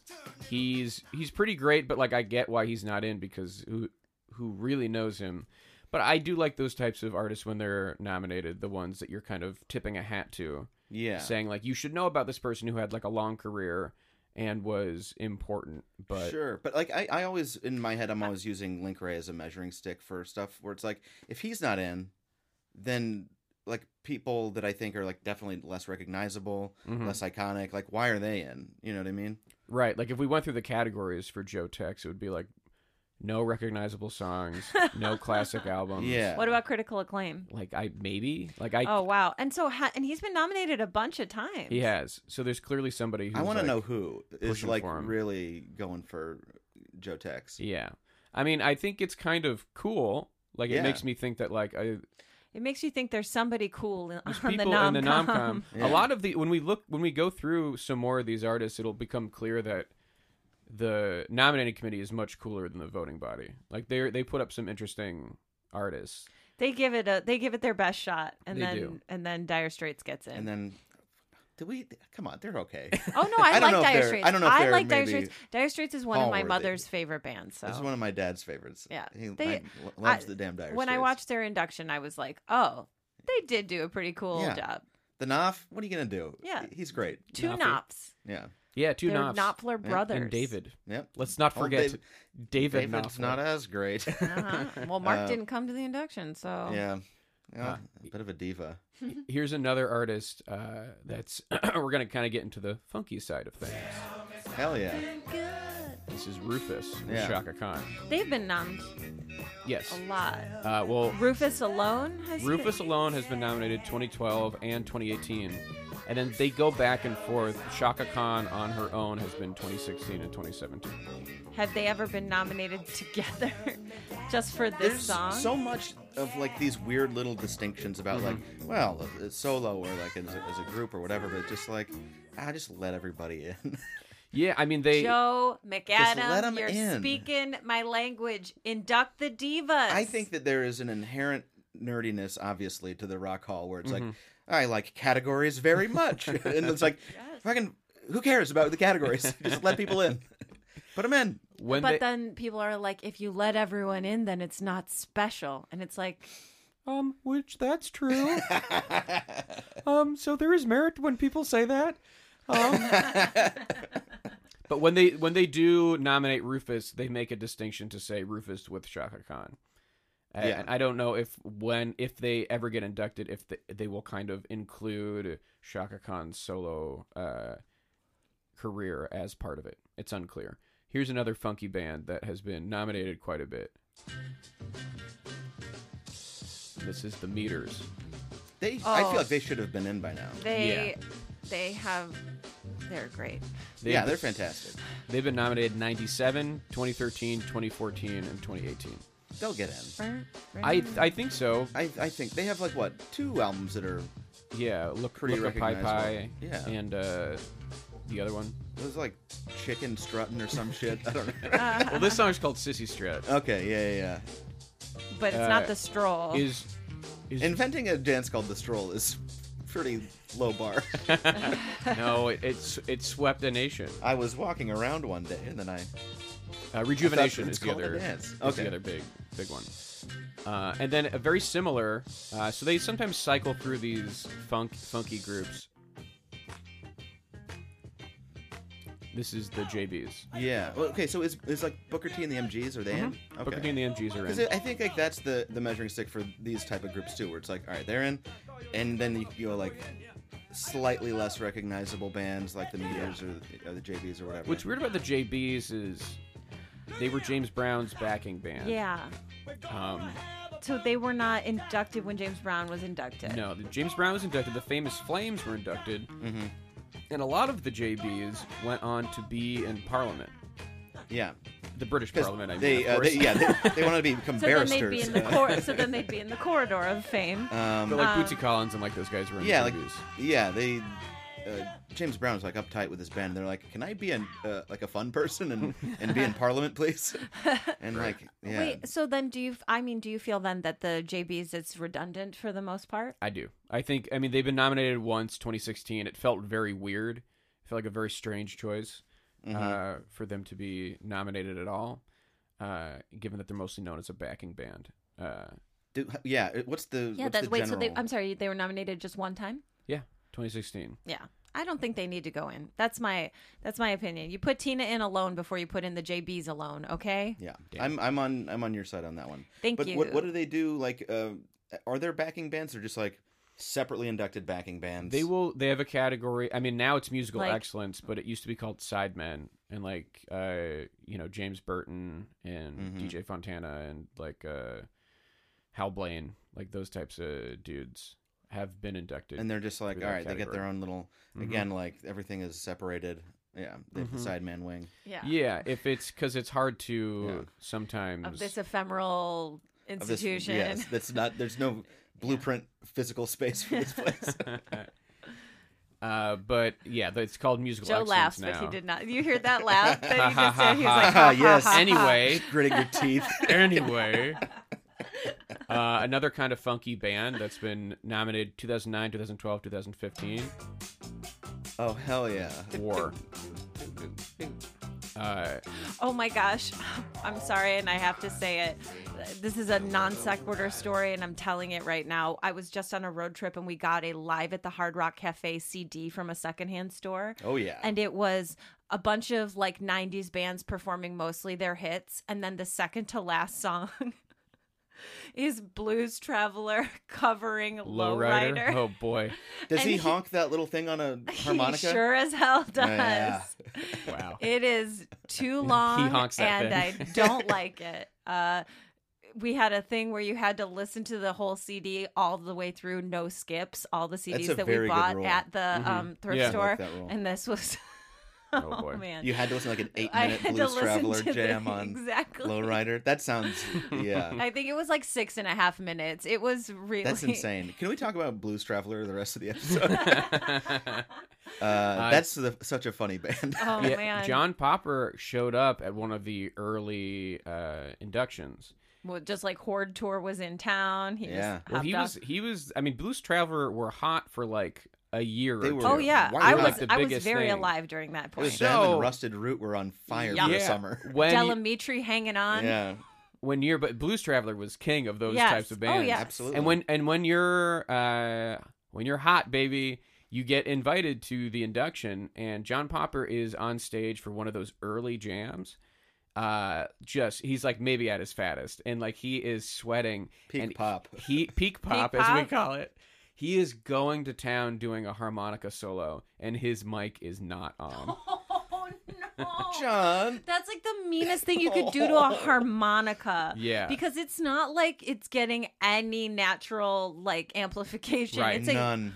S1: he's he's pretty great, but like I get why he's not in because who who really knows him. But I do like those types of artists when they're nominated, the ones that you're kind of tipping a hat to,
S4: Yeah.
S1: saying like you should know about this person who had like a long career and was important. But
S4: sure, but like I, I always in my head, I'm always using Link Ray as a measuring stick for stuff where it's like if he's not in, then like people that I think are like definitely less recognizable,
S2: Mm-hmm.
S1: Mhm.
S4: less iconic, like why are they in? You know what I mean?
S1: right, like if we went through the categories for Joe Tex, it would be like no recognizable songs, no classic albums.
S4: Yeah.
S2: What about critical acclaim?
S1: like I maybe like I
S2: oh wow! And so ha- and he's been nominated a bunch of times.
S1: he has. So there's clearly somebody. Who's
S4: I want to
S1: like-
S4: know who is
S1: pushing
S4: like
S1: for 'em.
S4: really going for Joe Tex.
S1: Yeah. I mean, I think it's kind of cool. Like
S4: Yeah.
S1: it makes me think that like I,
S2: It makes you think there's somebody cool in-
S1: there's
S2: on the
S1: people in the nom-com.
S4: Yeah.
S1: A lot of the when we look when we go through some more of these artists, it'll become clear that the nominating committee is much cooler than the voting body. Like they they put up some interesting artists.
S2: They give it a they give it their best shot, and
S1: They
S2: then
S1: do.
S2: and then Dire Straits gets in.
S4: And then did we come on, they're okay.
S2: oh no, I,
S4: I don't know
S2: like Dire
S4: if they're-
S2: Straits.
S4: I don't know if they're
S2: like Dire
S4: maybe
S2: Straits. Dire Straits is one of my
S4: hall-worthy.
S2: mother's favorite bands. So
S4: It's one of my dad's favorites.
S2: Yeah.
S4: He
S2: They-
S4: I- lo- loves
S2: I-
S4: the damn Dire
S2: when I
S4: Straits.
S2: watched their induction, I was like, oh, they did do a pretty cool
S4: Yeah.
S2: job.
S4: the Knopf, what are you gonna do?
S2: Yeah.
S4: He- He's great.
S2: Two
S1: Knopfler.
S2: Knops.
S4: Yeah.
S1: Yeah, 2
S2: They're
S1: Knopfs
S2: Knopfler brothers.
S1: and David.
S4: Yep.
S1: Let's not
S4: Oh,
S1: forget
S4: Dave-
S1: David
S4: David's
S1: Knopfler.
S4: not as great.
S2: Uh-huh. Well, Mark
S4: Uh,
S2: didn't come to the induction, so
S4: Yeah. Yeah,
S1: Uh,
S4: a bit of a diva.
S1: Here's another artist uh, that's we're gonna kind of get into the funky side of things.
S4: Hell yeah.
S1: This is Rufus with
S4: Yeah.
S1: Shaka Khan.
S2: they've been nommed
S1: Yes.
S2: a lot.
S1: Uh, well,
S2: Rufus alone has
S1: Rufus
S2: been-
S1: alone has been nominated 2012 and 2018. And then they go back and forth. Shaka Khan on her own has been 2016 and 2017.
S2: Have they ever been nominated together just for this
S4: There's
S2: song?
S4: so much of like these weird little distinctions about like, well, it's solo or like as a, as a group or whatever, but just like, I just let everybody in.
S1: Yeah, I mean they
S2: Joe
S4: let 'em
S2: McAdam, you're
S4: in.
S2: speaking my language. Induct the divas.
S4: I think that there is an inherent nerdiness, obviously, to the rock hall where it's like, I like categories very much, and it's like, fucking, who cares about the categories? just let people in, put them in.
S1: when
S2: but
S1: they
S2: then people are like, if you let everyone in, then it's not special. And it's like,
S1: um which that's true. um so there is merit when people say that. Um But when they when they do nominate Rufus, they make a distinction to say Rufus with Shaka Khan. And
S4: Yeah.
S1: I don't know if when if they ever get inducted, if they, they will kind of include Shaka Khan's solo uh, career as part of it. It's unclear. Here's another funky band that has been nominated quite a bit. This is the Meters.
S4: They, I
S2: Oh.
S4: feel like they should have been in by now.
S2: they they have they're great.
S1: They've-
S4: yeah, they're fantastic.
S1: They've been nominated 97, 2013, 2014, and 2018.
S4: They'll get in.
S1: I
S4: Mm.
S1: I think so.
S4: I, I think they have like what two albums that are
S1: Yeah, look
S4: Pretty
S1: look at Pai Pai.
S4: recognizable. Yeah.
S1: and uh, the other one.
S4: it was like chicken strutting or some shit. I don't know.
S1: Well, this song's called Sissy Strut.
S4: okay, yeah, yeah,
S2: But it's
S1: Uh,
S2: not the stroll.
S1: Is is
S4: yeah. Inventing a dance called the stroll is pretty low bar.
S1: no, it, it's it swept a nation.
S4: I was walking around one day and then I
S1: Uh, Rejuvenation
S4: it's
S1: is the
S4: called a
S1: other
S4: dance.
S1: is
S4: Okay.
S1: the other big big one. Uh, and then a very similar. Uh, so they sometimes cycle through these funk funky groups. This is the JBs.
S4: Yeah. Well, okay. So is is like Booker T and the MGs are they in? Okay.
S1: Mm-hmm. Booker T and the MGs are in.
S4: Because I think like that's the the measuring stick for these type of groups too, where it's like, all right, they're in, and then you go like slightly less recognizable bands like the Meters or, the, or the JBs or whatever.
S1: What's weird about the JBs is they were James Brown's backing band.
S2: yeah.
S1: Um,
S2: So they were not inducted when James Brown was inducted.
S1: no, the James Brown was inducted. The famous Flames were inducted,
S4: Mm-hmm.
S1: and a lot of the JBs went on to be in Parliament,
S4: Yeah.
S1: the British
S4: 'Cause
S1: Parliament. I mean,
S4: they,
S1: of
S4: uh,
S1: course.
S4: they yeah they, they wanted to become
S2: So then
S4: barristers.
S2: they'd be in the
S4: Uh,
S2: cor- so then they'd be in the corridor of fame.
S1: but like Bootsy Collins and like those guys were in
S4: yeah,
S1: the
S4: like
S1: JBs.
S4: yeah they. Uh, James Brown was like uptight with his band. and They're like, "Can I be an, uh, like a fun person and, and be in Parliament, please?" And like, yeah,
S2: Wait, so then do you f- I mean, do you feel then that the JBs is redundant for the most part?
S1: I do. I think. I mean, they've been nominated once, 2016. It felt very weird. It felt like a very strange choice.
S4: Mm-hmm.
S1: uh, for them to be nominated at all, uh, given that they're mostly known as a backing band. Uh,
S4: Do, yeah. it- What's the
S2: Yeah,
S4: What's
S2: that's
S4: the
S2: wait. So they,
S4: general-
S2: I'm sorry, they were nominated just one time.
S1: yeah, 2016.
S2: Yeah, I don't think they need to go in. That's my that's my opinion. You put Tina in alone before you put in the JBs alone. Okay.
S4: Yeah, I'm I'm on I'm on your side on that one.
S2: Thank
S4: but What,
S2: you.
S4: what do they do? Like, uh, are there backing bands? Or just like separately inducted backing bands?
S1: They will. They have a category. I mean, now it's musical
S2: Like-
S1: excellence, but it used to be called Sidemen, and like uh, you know James Burton and
S4: Mhm.
S1: DJ Fontana and like uh, Hal Blaine, like those types of dudes have been inducted.
S4: and they're just like,
S1: through
S4: all
S1: that
S4: right, they get their
S1: category. Mm-hmm.
S4: own little. Again, like everything is separated. Yeah, they have the sideman wing.
S2: Yeah.
S1: yeah. If it's because it's hard to
S4: Yeah.
S1: sometimes
S2: Of this ephemeral
S4: Of this-
S2: institution.
S4: yes, that's not. There's no blueprint physical space for this place.
S1: Uh, but yeah, but it's called musical.
S2: Joe
S1: excellence
S2: laughs,
S1: now.
S2: but he did not. You hear that laugh that he just did? He's like, ha,
S4: Yes.
S2: ha, ha,
S1: Anyway,
S4: Gritting your teeth.
S1: anyway, uh, another kind of funky band that's been nominated 2009, 2012, 2015.
S4: Oh hell yeah!
S1: War. Uh,
S2: Oh my gosh. I'm sorry, and I have to say it. This is a non sequitur story, and I'm telling it right now. I was just on a road trip, and we got a live at the Hard Rock Cafe CD from a secondhand store.
S4: Oh yeah.
S2: And it was a bunch of like 90s bands performing mostly their hits. And then the second to last song is Blues Traveler covering
S1: Lowrider.
S2: Lowrider.
S1: Oh boy!
S4: Does
S2: and
S4: he
S2: he-
S4: honk that little thing on a harmonica?
S2: He sure as hell does.
S4: Yeah.
S1: Wow.
S2: It is too long,
S1: honks that
S2: and
S1: thing.
S2: I don't like it. Uh, we had a thing where you had to listen to the whole CD all the way through, no skips, all the
S4: a
S2: CDs that
S4: very
S2: we
S4: good
S2: bought
S4: rule.
S2: at the um,
S1: Mm-hmm. Yeah.
S2: thrift
S1: I like
S2: store,
S4: that rule.
S2: and this was.
S1: Oh,
S2: Oh,
S1: boy.
S2: man!
S4: You had to listen to like an
S2: I
S4: eight-minute
S2: had to
S4: blues
S2: listen
S4: traveler
S2: to the-
S4: jam on
S2: exactly.
S4: Lowrider. That sounds yeah.
S2: I think it was like six and a half minutes. It was really
S4: That's insane. Can we talk about Blues Traveler the rest of the episode? uh, that's the, such a funny band.
S2: Oh
S1: Yeah,
S2: man!
S1: John Popper showed up at one of the early uh, inductions.
S2: Well, just like Horde Tour was in town. He
S4: Yeah.
S2: just
S1: Well,
S2: hopped
S1: he
S2: up.
S1: was. He was. I mean, Blues Traveler were hot for like a year.
S4: They
S1: or
S4: were-
S1: two.
S2: Oh yeah,
S4: Why
S2: I
S4: not?
S2: was.
S1: Like the
S2: I was
S1: biggest
S2: very
S1: thing.
S2: alive during that
S4: Them
S2: point.
S1: So-
S4: and Rusted Root were on fire
S2: Yeah.
S4: for the
S1: Yeah.
S4: summer.
S1: When
S2: Delamitri hanging on.
S4: yeah,
S1: when you're but Blues Traveler was king of those
S2: Yes.
S1: types of bands.
S2: Oh, yes.
S4: absolutely.
S1: And when and when you're uh, when you're hot, baby, you get invited to the induction, and John Popper is on stage for one of those early jams. Uh, just he's like maybe at his fattest, and like he is sweating.
S4: Peak
S1: and
S4: pop.
S1: He peak pop, as we
S2: pop?
S1: call it. He is going to town doing a harmonica solo, and his mic is not on.
S2: Oh no.
S4: John,
S2: That's like the meanest thing you could do to a harmonica.
S1: Yeah.
S2: Because it's not like it's getting any natural like amplification.
S1: Right.
S2: It's like
S4: none.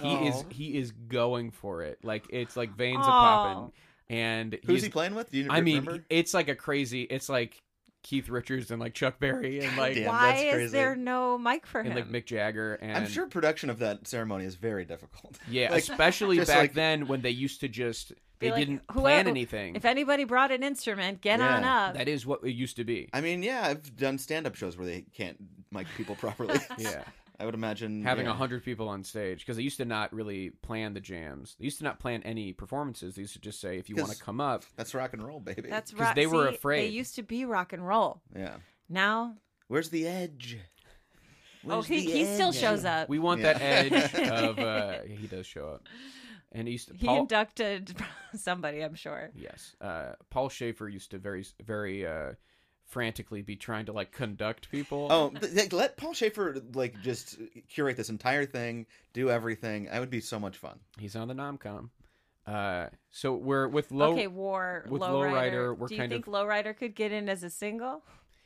S1: He is
S4: Oh.
S1: he is going for it. Like it's like veins are
S2: Oh.
S1: popping, and
S4: Who's
S1: he's-
S4: he playing with? Do you
S1: I mean,
S4: remember?
S1: it's like a crazy. It's like Keith Richards and like Chuck Berry and like
S4: Damn,
S2: why
S4: that's
S2: is
S4: crazy.
S2: there no mic for
S1: and
S2: him?
S1: like Mick Jagger and
S4: I'm sure production of that ceremony is very difficult.
S1: yeah,
S4: Like,
S1: especially back
S4: just like-
S1: then when they used to just they
S2: Be like,
S1: didn't
S2: whoever-
S1: plan anything.
S2: If anybody brought an instrument, get
S4: Yeah.
S2: on up.
S1: that is what it used to be.
S4: I mean, yeah, I've done stand-up shows where they can't mic people properly.
S1: yeah,
S4: I would imagine
S1: having a
S4: yeah.
S1: hundred people on stage because they used to not really plan the jams. They used to not plan any performances. They used to just say if you want to
S4: 'Cause-
S1: come up.
S4: That's rock and roll, baby.
S2: That's
S1: because
S2: rock.
S1: they were
S2: see,
S1: afraid.
S2: They used to be rock and roll.
S4: yeah.
S2: Now,
S4: Where's the edge?
S2: oh, he, he still shows up.
S1: We want
S4: Yeah.
S1: that edge of uh, he does show up, and he used to,
S2: he
S1: Paul,
S2: inducted somebody, I'm sure.
S1: Yes. Uh, Paul Schaefer used to very, very uh, frantically be trying to like conduct people.
S4: Oh, th- th- let Paul Schaefer like just curate this entire thing, do everything. That would be so much fun.
S1: he's on the nomcom. Uh, so we're with low,
S2: okay, War,
S1: with
S2: Lowrider.
S1: Lowrider, we're
S2: Do you
S1: kind
S2: think
S1: of-
S2: Lowrider could get in as a single?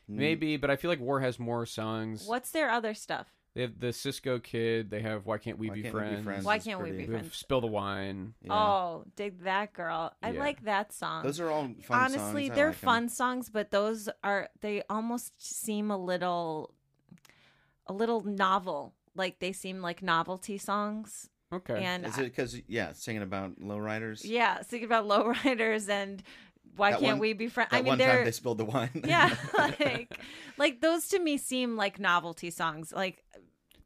S4: Mm.
S1: maybe, but I feel like War has more songs.
S2: What's their other stuff?
S1: They have the Cisco Kid. They have Why Can't We,
S4: Why
S1: be,
S4: can't we
S1: friends?
S2: Why
S4: It's
S2: can't we
S4: pretty-
S2: be
S1: We have
S2: friends?
S1: Spill the Wine.
S4: Yeah.
S2: Oh, dig that girl. I
S1: Yeah.
S2: like that
S1: oh.
S2: song.
S4: Those are all fun songs.
S2: Honestly,
S4: I
S2: they're
S4: like 'em.
S2: fun songs, but those are they almost seem a little a little novel. Like they seem like novelty songs.
S1: Okay.
S2: And
S4: Is
S2: I-
S4: it because yeah, singing about lowriders?
S2: yeah, thinking about lowriders and why
S4: That
S2: can't
S4: one-
S2: we be friends?
S4: That
S2: I mean
S4: one
S2: they're
S4: time they spilled the wine.
S2: yeah, like like those to me seem like novelty songs. Like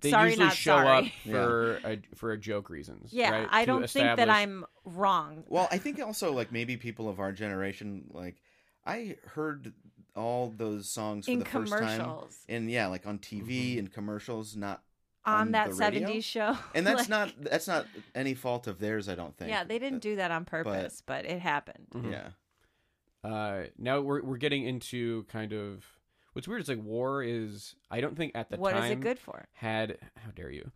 S1: they
S2: Sorry,
S1: usually
S2: not
S1: show up
S2: sorry.
S4: Yeah.
S1: for a, for a joke reasons.
S2: Yeah,
S1: right?
S2: I
S1: To
S2: don't think that
S1: establish-
S2: I'm wrong.
S4: Well, I think also like maybe people of our generation, like I heard all those songs for
S2: In
S4: the first time,
S2: commercials.
S4: and yeah, like on TV and commercials, not
S2: on,
S4: on
S2: that
S4: the radio?
S2: 70s show.
S4: and
S2: Like,
S4: that's not that's not any fault of theirs, I don't think.
S2: Yeah, they didn't
S4: That-
S2: do that on purpose, but, it happened.
S1: Mhm.
S4: Yeah,
S1: Uh, now we're we're getting into kind of what's weird is like war is I don't think at the
S2: What is
S1: time
S2: it good for?
S1: had how dare you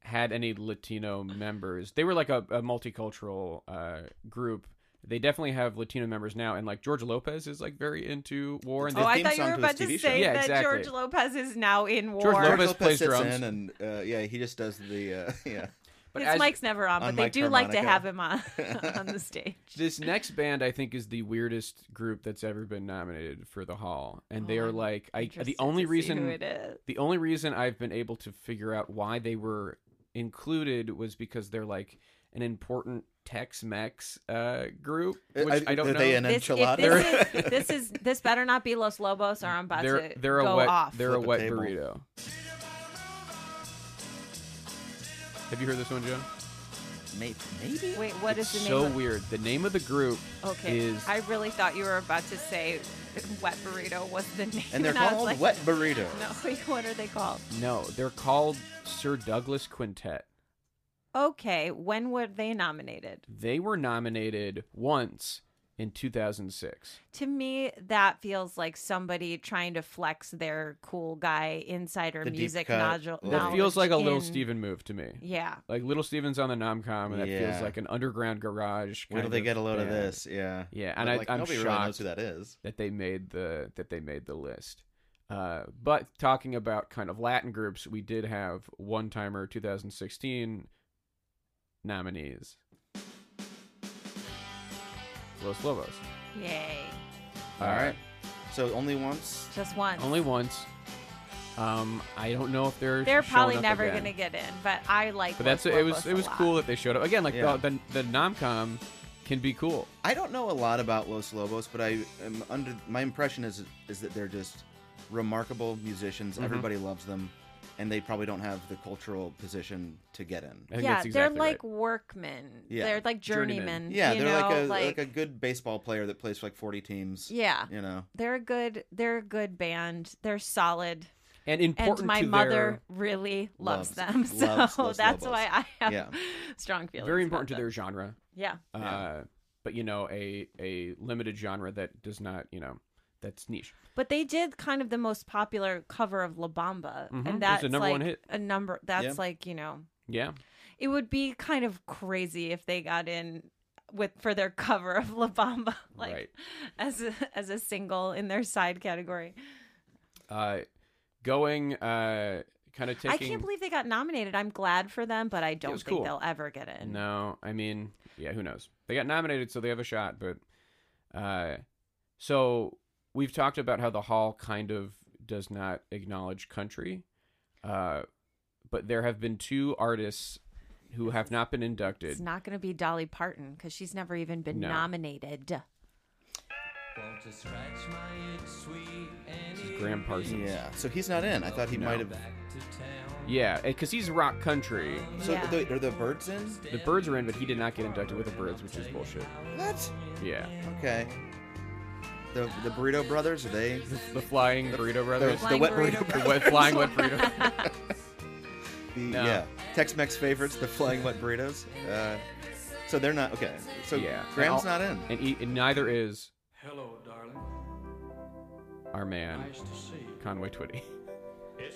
S1: had any Latino members. They were like a, a multicultural uh, group. They definitely have Latino members now, and like George Lopez is like very into war. And
S4: The
S2: oh,
S1: they-
S2: I
S4: theme
S2: thought you
S4: song
S2: were
S4: to his
S2: about to
S4: TV show.
S2: say
S1: Yeah,
S2: that
S1: exactly.
S2: George Lopez is now in war.
S1: George Lopez
S4: Mark
S1: plays
S4: sits
S1: drums.
S4: in and uh, yeah, he just does the uh, yeah.
S1: but
S2: His
S1: as-
S2: mic's never on, but
S4: on
S2: they
S4: Mike
S2: do like to
S4: harmonica.
S2: have him on on the stage.
S1: this next band I think is the weirdest group that's ever been nominated for the Hall, and they
S2: Oh,
S1: are
S2: I'm
S1: like I
S2: Interested
S1: the only
S2: to see
S1: reason
S2: who it is.
S1: The only reason I've been able to figure out why they were included was because they're like an important Tex-Mex uh, group, which I, don't
S4: are
S1: know.
S4: They an
S2: This, if
S4: enchilada?
S2: this, is, this is this better not be Los Lobos, or I'm about
S1: they're
S2: to
S1: they're
S2: go
S1: a wet
S2: off.
S1: they're a
S4: Flip a
S1: wet
S4: table.
S1: burrito. Have you heard this one, Joe?
S4: May- maybe.
S2: Wait, what is
S1: it's
S2: the
S1: so
S2: name?
S1: weird. The name of the group
S2: of, okay,
S1: is
S2: I really thought you were about to say Wet Burrito was the name,
S4: And they're
S2: I was
S4: called
S2: like,
S4: wet burrito.
S2: No, what are they called?
S1: no. They're called Sir Douglas Quintet.
S2: Okay, when were they nominated?
S1: They were nominated once in 2006.
S2: To me, that feels like somebody trying to flex their cool guy insider
S4: The deep
S2: music
S4: cut.
S2: nodule.
S4: That
S1: That feels
S2: knowledge
S1: like a little
S2: in-
S1: Steven move to me.
S2: Yeah.
S1: Like Little Steven's on the nomcom, and that
S4: Yeah.
S1: feels like an underground garage.
S4: Where do
S1: kind
S4: they get a load of
S1: band
S4: this? Yeah.
S1: Yeah, and
S4: But,
S1: I-
S4: like,
S1: I'm
S4: nobody really knows
S1: shocked.
S4: who that is.
S1: That they made the that they made the list. Uh, but talking about kind of Latin groups, we did have one timer 2016 nominees. Los Lobos.
S2: Yay.
S4: All right. So only once.
S2: Just once.
S1: Only once. Um, I don't know if they're
S2: They're
S1: showing
S2: probably
S1: up
S2: never
S1: again.
S2: gonna get in, but I like.
S1: But that's
S2: Los
S1: it was
S2: Lobos
S1: it
S2: a
S1: was
S2: lot.
S1: cool that they showed up again. Like
S4: Yeah.
S1: the, the the nomcom can be cool.
S4: I don't know a lot about Los Lobos, but I am under my impression is is that they're just remarkable musicians.
S1: Mm-hmm.
S4: Everybody loves them, and they probably don't have the cultural position to get in.
S1: I think
S2: yeah,
S1: that's exactly
S2: they're
S1: right.
S2: like workmen.
S4: Yeah.
S2: They're like
S1: Journeymen.
S2: journeymen.
S4: Yeah,
S2: you
S4: they're
S2: know,
S4: like a like... a good baseball player that plays for like forty teams.
S2: yeah.
S4: You know.
S2: They're a good. They're a good band. They're solid.
S1: and important
S2: and my
S1: to
S2: mother
S1: their-
S2: really loves,
S4: Loves-
S2: them. So
S4: loves Los
S2: that's
S4: Lobos.
S2: why I have
S4: Yeah.
S2: strong feelings.
S1: very
S2: about
S1: important to
S2: them.
S1: their genre.
S2: Yeah.
S1: Uh, but you know, a a limited genre that does not, you know, that's niche.
S2: But they did kind of the most popular cover of La
S1: Mhm.
S2: Bamba.
S1: It was the
S2: And that's
S1: number
S2: like
S1: one hit.
S2: a number that's
S4: Yeah.
S2: like, you know,
S1: Yeah,
S2: it would be kind of crazy if they got in with for their cover of La Bamba like
S1: Right.
S2: as a, as a single in their side category.
S1: uh, going uh, kind of taking.
S2: I can't believe they got nominated. I'm glad for them, but I don't
S1: was
S2: think
S1: cool.
S2: they'll ever get in.
S1: No, I mean, yeah, who knows? They got nominated, so they have a shot. But uh, so we've talked about how the Hall kind of does not acknowledge country, uh, but there have been two artists who have not been inducted.
S2: It's not going to be Dolly Parton because she's never even been
S1: No.
S2: nominated.
S1: This is Graham Parsons.
S4: Yeah. So he's not in. I thought he
S1: No.
S4: might have.
S1: Yeah, because he's rock country.
S4: So
S2: Yeah.
S4: the, are the birds in?
S1: The birds are in, but he did not get inducted with the birds, which is bullshit.
S4: What?
S1: Yeah.
S4: Okay. The the burrito brothers are they?
S1: The flying burrito brothers.
S4: The wet
S2: Flying
S4: burrito
S1: The wet, flying wet burrito.
S4: The,
S1: No.
S4: Yeah, Tex-Mex favorites, the flying wet burritos. Uh, so they're not okay. So
S1: yeah.
S4: Graham's
S1: And all-
S4: not in.
S1: And, he, and neither is
S5: Hello, darling.
S1: our man,
S5: Nice to see you.
S1: Conway Twitty.
S4: Is-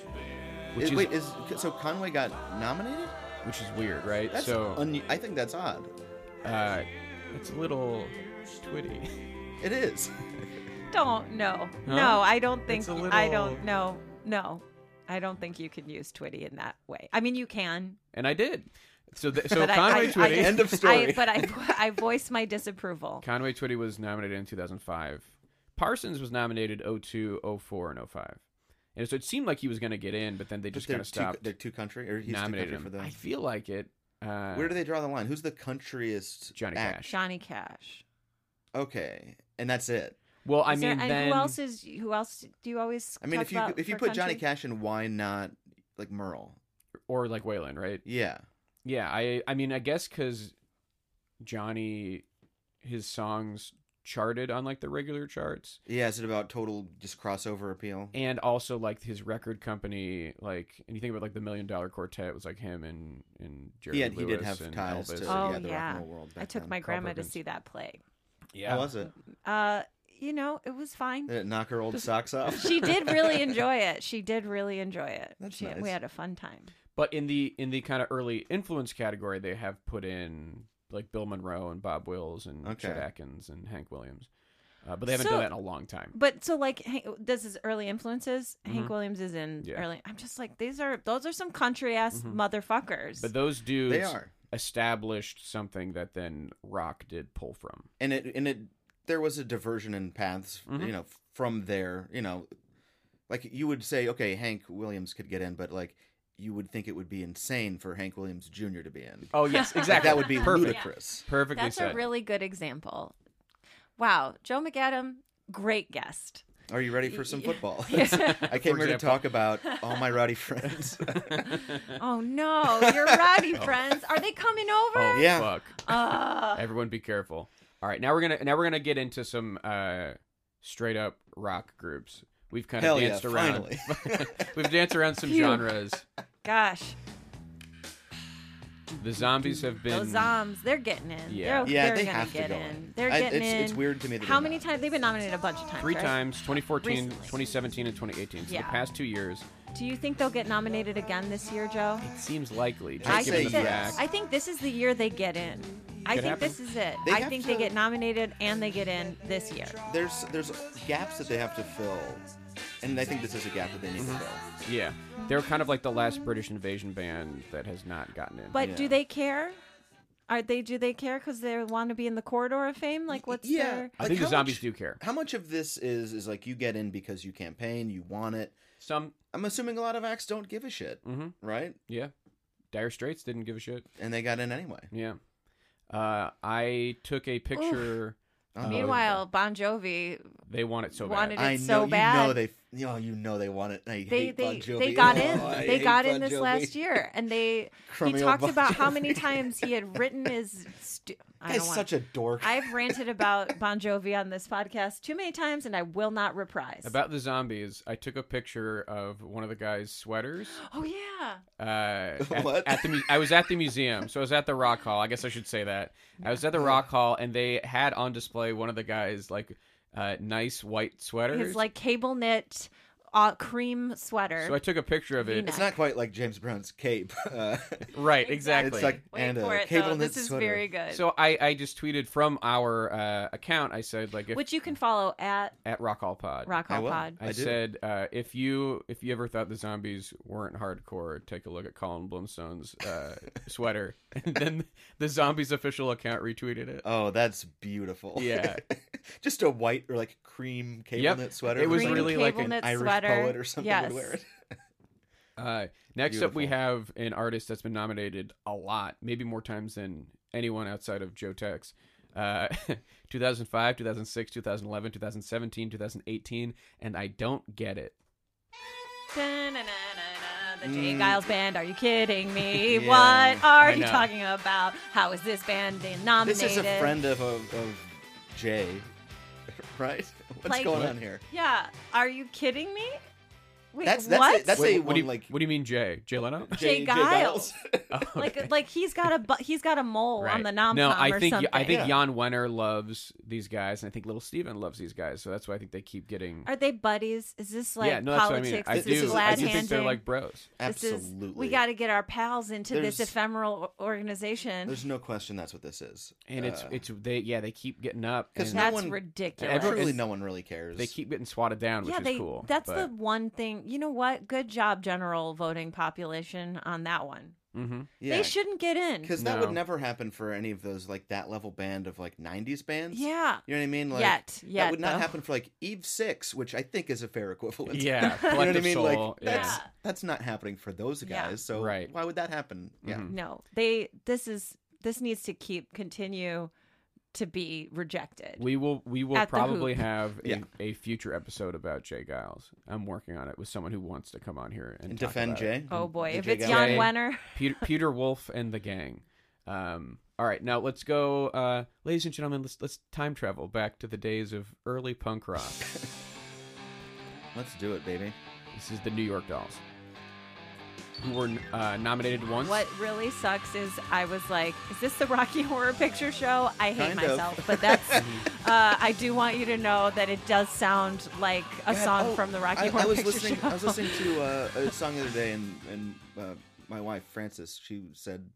S1: Which is,
S4: wait, is so Conway got nominated?
S1: which is weird, right?
S4: That's
S1: so
S4: un- I think that's odd.
S1: uh, it's a little twitty.
S4: It is.
S2: Don't no
S1: Huh?
S2: no. I don't think
S1: It's a little-
S2: I don't no no. I don't think you can use Twitty in that way. I mean, you can.
S1: And I did. So th- so
S2: But I-
S1: Conway
S2: I- I
S1: Twitty.
S2: just-
S4: End of story.
S2: I, but I I voiced my disapproval.
S1: Conway Twitty was nominated in 2005. Parsons was nominated 02, 04, and 05. And so it seemed like he was going to get in, but then they
S4: But
S1: just
S4: they're
S1: kind of
S4: two-
S1: stopped.
S4: They're two country or he's
S1: nominated
S4: two
S1: him.
S4: country
S1: I
S4: for
S1: feel like it. Uh,
S4: the. Where do they draw the line? Who's the countryest?
S1: Johnny
S4: act?
S1: Cash.
S2: Johnny Cash.
S4: Okay, and that's it.
S1: Well, I
S2: Is there-
S1: mean,
S2: and
S1: then
S2: who else is who else do you always?
S4: I mean,
S2: talk
S4: if you
S2: about
S4: if you
S2: for
S4: put Johnny
S2: country?
S4: Cash in, why not like Merle
S1: or like Waylon, right?
S4: Yeah.
S1: Yeah, I I mean I guess because Johnny, his songs charted on like the regular charts,
S4: Yeah, is it about total just crossover appeal?
S1: and also like his record company, like and you think about like the Million Dollar Quartet was like him and and Jerry
S4: yeah,
S1: Lewis
S4: he did have
S1: and
S4: ties
S1: Elvis.
S4: to
S2: Oh,
S4: yeah, the rock
S2: yeah.
S4: and roll world.
S2: I
S4: back
S2: took
S4: then.
S2: my grandma to
S1: Perkins.
S2: see that play.
S1: yeah,
S4: How was it?
S2: Uh, you know, it was fine.
S1: Uh,
S4: Did it knock her old socks off?
S2: she did really enjoy it. She did really enjoy it.
S4: That's
S2: She-
S4: nice.
S2: We had a fun time.
S1: But in the in the kind of early influence category, they have put in like Bill Monroe and Bob Wills and
S4: Okay.
S1: Chet Atkins and Hank Williams, uh, but they haven't
S2: So-
S1: done that in a long time.
S2: But so like Hank, this is early influences.
S1: Mhm.
S2: Hank Williams is in
S1: Yeah.
S2: early. I'm just like these are those are some country ass
S1: Mhm.
S2: motherfuckers.
S1: But those dudes
S4: they are,
S1: established something that then rock did pull from.
S4: and it and it there was a diversion in paths,
S1: Mhm.
S4: you know, from there, you know, like you would say, okay, Hank Williams could get in, but like you would think it would be insane for Hank Williams Jr. to be in.
S1: Oh yes,
S4: Like,
S1: exactly.
S4: that would be
S1: Perfect.
S4: ludicrous.
S1: Perfectly
S2: That's
S1: said.
S2: a really good example. Wow, Joe McAdam, great guest.
S4: Are you ready for some football? I
S1: For
S4: came here to
S1: example.
S4: talk about all my rowdy friends.
S2: Oh no, your rowdy friends are they coming
S1: oh
S2: over?
S4: Yeah.
S1: fuck!
S2: Uh,
S1: Everyone, be careful. All right, now we're gonna now we're gonna get into some uh, straight up rock groups. We've kind
S4: Hell
S1: of
S4: yeah!
S1: danced around.
S4: Finally,
S1: We've danced around some genres.
S2: Gosh,
S1: The zombies have been.
S2: those zoms, they're getting in.
S1: Yeah.
S2: they're,
S4: yeah,
S2: they're
S4: they
S2: gonna
S4: have
S2: get
S4: to go
S2: in.
S4: in.
S2: They're
S4: I-
S2: getting
S4: it's,
S2: in.
S4: It's weird to me that
S2: How
S4: they're
S2: many
S4: not.
S2: times they've been nominated a bunch of times?
S1: Three
S2: right?
S1: times, 2014,
S2: Recently.
S1: 2017, and 2018. So
S2: Yeah.
S1: the past two years,
S2: Do you think they'll get nominated again this year, Joe?
S1: it seems likely. Just
S4: I
S2: I
S1: given
S4: say
S2: think
S1: the
S2: that
S4: yes.
S1: fact-
S2: I think this is the year they get in. I
S1: Could
S2: think
S1: happen.
S2: this is it.
S4: They
S2: I
S4: have
S2: think
S4: to-
S2: they get nominated and they get in this year.
S4: there's there's gaps that they have to fill, and I think this is a gap that they
S1: Mm-hmm.
S4: need to fill.
S1: Yeah, they're kind of like the last British invasion band that has not gotten in.
S2: But do
S4: Yeah.
S2: they care? Are they do they care because they want to be in the corridor of fame? Like what's
S4: yeah,
S2: their
S1: I think
S4: how
S1: the zombies
S4: much-
S1: do care.
S4: How much of this is is like you get in because you campaign, you want it?
S1: Some,
S4: I'm assuming a lot of acts don't give a shit,
S1: hmm
S4: right?
S1: yeah. Dire Straits didn't give a shit.
S4: And they got in anyway.
S1: Yeah. Uh, I took a picture.
S4: Oh,
S2: Meanwhile, Bon Jovi
S1: They want it so
S2: Wanted
S1: bad.
S2: it
S4: I know
S2: so
S4: you know
S2: bad.
S4: they, you know, you know they want it. I
S2: they
S4: hate Bon
S2: they,
S4: Jovi.
S2: they got in.
S4: Oh, I
S2: They
S4: hate
S2: got in
S4: Bon
S2: this
S4: Jovi.
S2: last year, and they
S4: Crummy
S2: he
S4: old
S2: talked
S4: Bon
S2: about how many
S4: Jovi.
S2: times he had written his. Stu- I
S4: Guy's
S2: don't want.
S4: such a dork.
S2: I've ranted about Bon Jovi on this podcast too many times, and I will not reprise.
S1: About the zombies, I took a picture of one of the guy's sweaters.
S2: oh yeah,
S1: Uh, at,
S4: What?
S1: At the mu- I was at the museum, so I was at the Rock Hall. I guess I should say that I was at the Rock Hall, and they had on display one of the guys like uh, nice white sweaters.
S2: his like cable knit uh, cream sweater.
S1: so I took a picture of it.
S4: it's not quite like James Brown's cape. Uh,
S1: Right, exactly.
S4: It's like
S2: Wait
S4: and
S2: for
S4: a
S2: it
S4: cable
S2: though.
S4: knit
S2: This is
S4: sweater.
S2: very good.
S1: so I, I just tweeted from our uh, account. I said like if,
S2: which you can follow at
S1: at Rock Hall Pod.
S2: Rock
S4: I
S2: Hall
S4: will.
S2: Pod.
S1: I,
S4: I do.
S1: said uh, if you if you ever thought the zombies weren't hardcore, take a look at Colin Blumstone's uh, sweater. And then the zombies official account retweeted it.
S4: Oh, that's beautiful.
S1: Yeah.
S4: Just a white or like cream cable
S1: Yep.
S4: knit sweater.
S1: It was
S4: like
S2: Green
S1: really
S2: cable
S1: like an
S2: knit
S4: Irish
S2: sweater.
S4: poet or something
S2: Yes.
S4: would wear it.
S1: Uh, next up, we
S4: Beautiful.
S1: have an artist that's been nominated a lot, maybe more times than anyone outside of Joe Tex. Uh, 2005, 2006, 2011, 2017, 2018, and I don't get it. Mm.
S2: Da-na-na-na-na, The Jay Giles Band. Are you kidding me?
S4: Yeah,
S2: what are
S1: I
S2: you
S1: know.
S2: talking about? How is this band being nominated?
S4: This is a friend of of, of Jay, right? What's
S2: Like-
S4: going on here?
S2: Yeah. Are you kidding me? Wait,
S4: That's- that's
S2: what?
S4: it. That's
S1: Wait,
S4: Say
S1: what, do you,
S4: one, like- Oh,
S1: what do you mean, Jay? Jay Leno?
S2: Jay Giles.
S1: Okay.
S2: like like he's got a bu- he's got a mole on the nom
S1: No, I
S2: or
S1: think
S2: something.
S1: I think
S4: Yeah.
S1: Jan Wenner loves these guys, and I think Little Steven loves these guys, so that's why I think they keep getting.
S2: Are they buddies? Is this like
S1: yeah, no, that's what I
S2: politics?
S1: mean. I
S2: Is
S1: do.
S2: this
S1: I
S2: glad
S1: do think they're
S2: handing?
S1: like bros.
S2: This is,
S4: Absolutely.
S2: we got to get our pals into this
S4: There's-
S2: ephemeral o- organization.
S4: There's no question that's what this is.
S1: And it's
S4: Uh,
S1: it's they yeah they keep getting up
S4: 'Cause
S1: and
S4: no
S2: That's
S4: one-
S2: ridiculous.
S1: everyone-
S4: truly
S1: it's-
S4: no one really cares.
S1: they keep getting swatted down, which
S2: yeah,
S1: is
S2: they.
S1: cool.
S2: that's
S1: but,
S2: the one thing. You know what? Good job, general voting population on that one.
S1: hmm
S4: yeah.
S2: They shouldn't get in.
S4: because that would
S1: No.
S4: never happen for any of those like that level band of like '90s bands.
S2: Yeah.
S4: You know what I mean? Like,
S2: Yet, yet,
S4: that would not
S2: though.
S4: happen for like Eve Six, which I think is a fair equivalent.
S1: Yeah,
S4: you know what I
S1: Collective
S4: mean?
S1: Soul,
S4: Like
S1: yeah.
S4: that's that's not happening for those
S2: Yeah.
S4: guys. So
S1: Right. Mm-hmm.
S4: why would that happen? Yeah,
S1: Mhm.
S2: No, they. This is this needs to keep continue to be rejected.
S1: We will we will
S2: At the
S1: probably
S2: hoop.
S1: have a,
S4: Yeah.
S1: a future episode about Jay Giles. I'm working on it with someone who wants to come on here and,
S4: and
S1: talk
S4: defend
S1: about it.
S4: Jay.
S2: oh boy,
S4: The
S2: if
S4: Jay
S2: it's
S4: Giles.
S2: Jan
S1: Jay.
S2: Wenner,
S1: Peter, Peter Wolf and the gang. Um, all right, now let's go, uh, ladies and gentlemen. Let's let's time travel back to the days of early punk rock.
S4: Let's do it, baby.
S1: this is the New York Dolls, who were uh, nominated once.
S2: what really sucks is I was like, is this the Rocky Horror Picture Show? I hate
S4: Kind of.
S2: myself, but that's. uh, I do want you to know that it does sound like a
S4: God,
S2: song
S4: oh,
S2: from the Rocky
S4: I,
S2: Horror
S4: I was
S2: Picture
S4: listening,
S2: Show.
S4: I was listening to uh, a song the other day, and and uh, my wife Frances, she said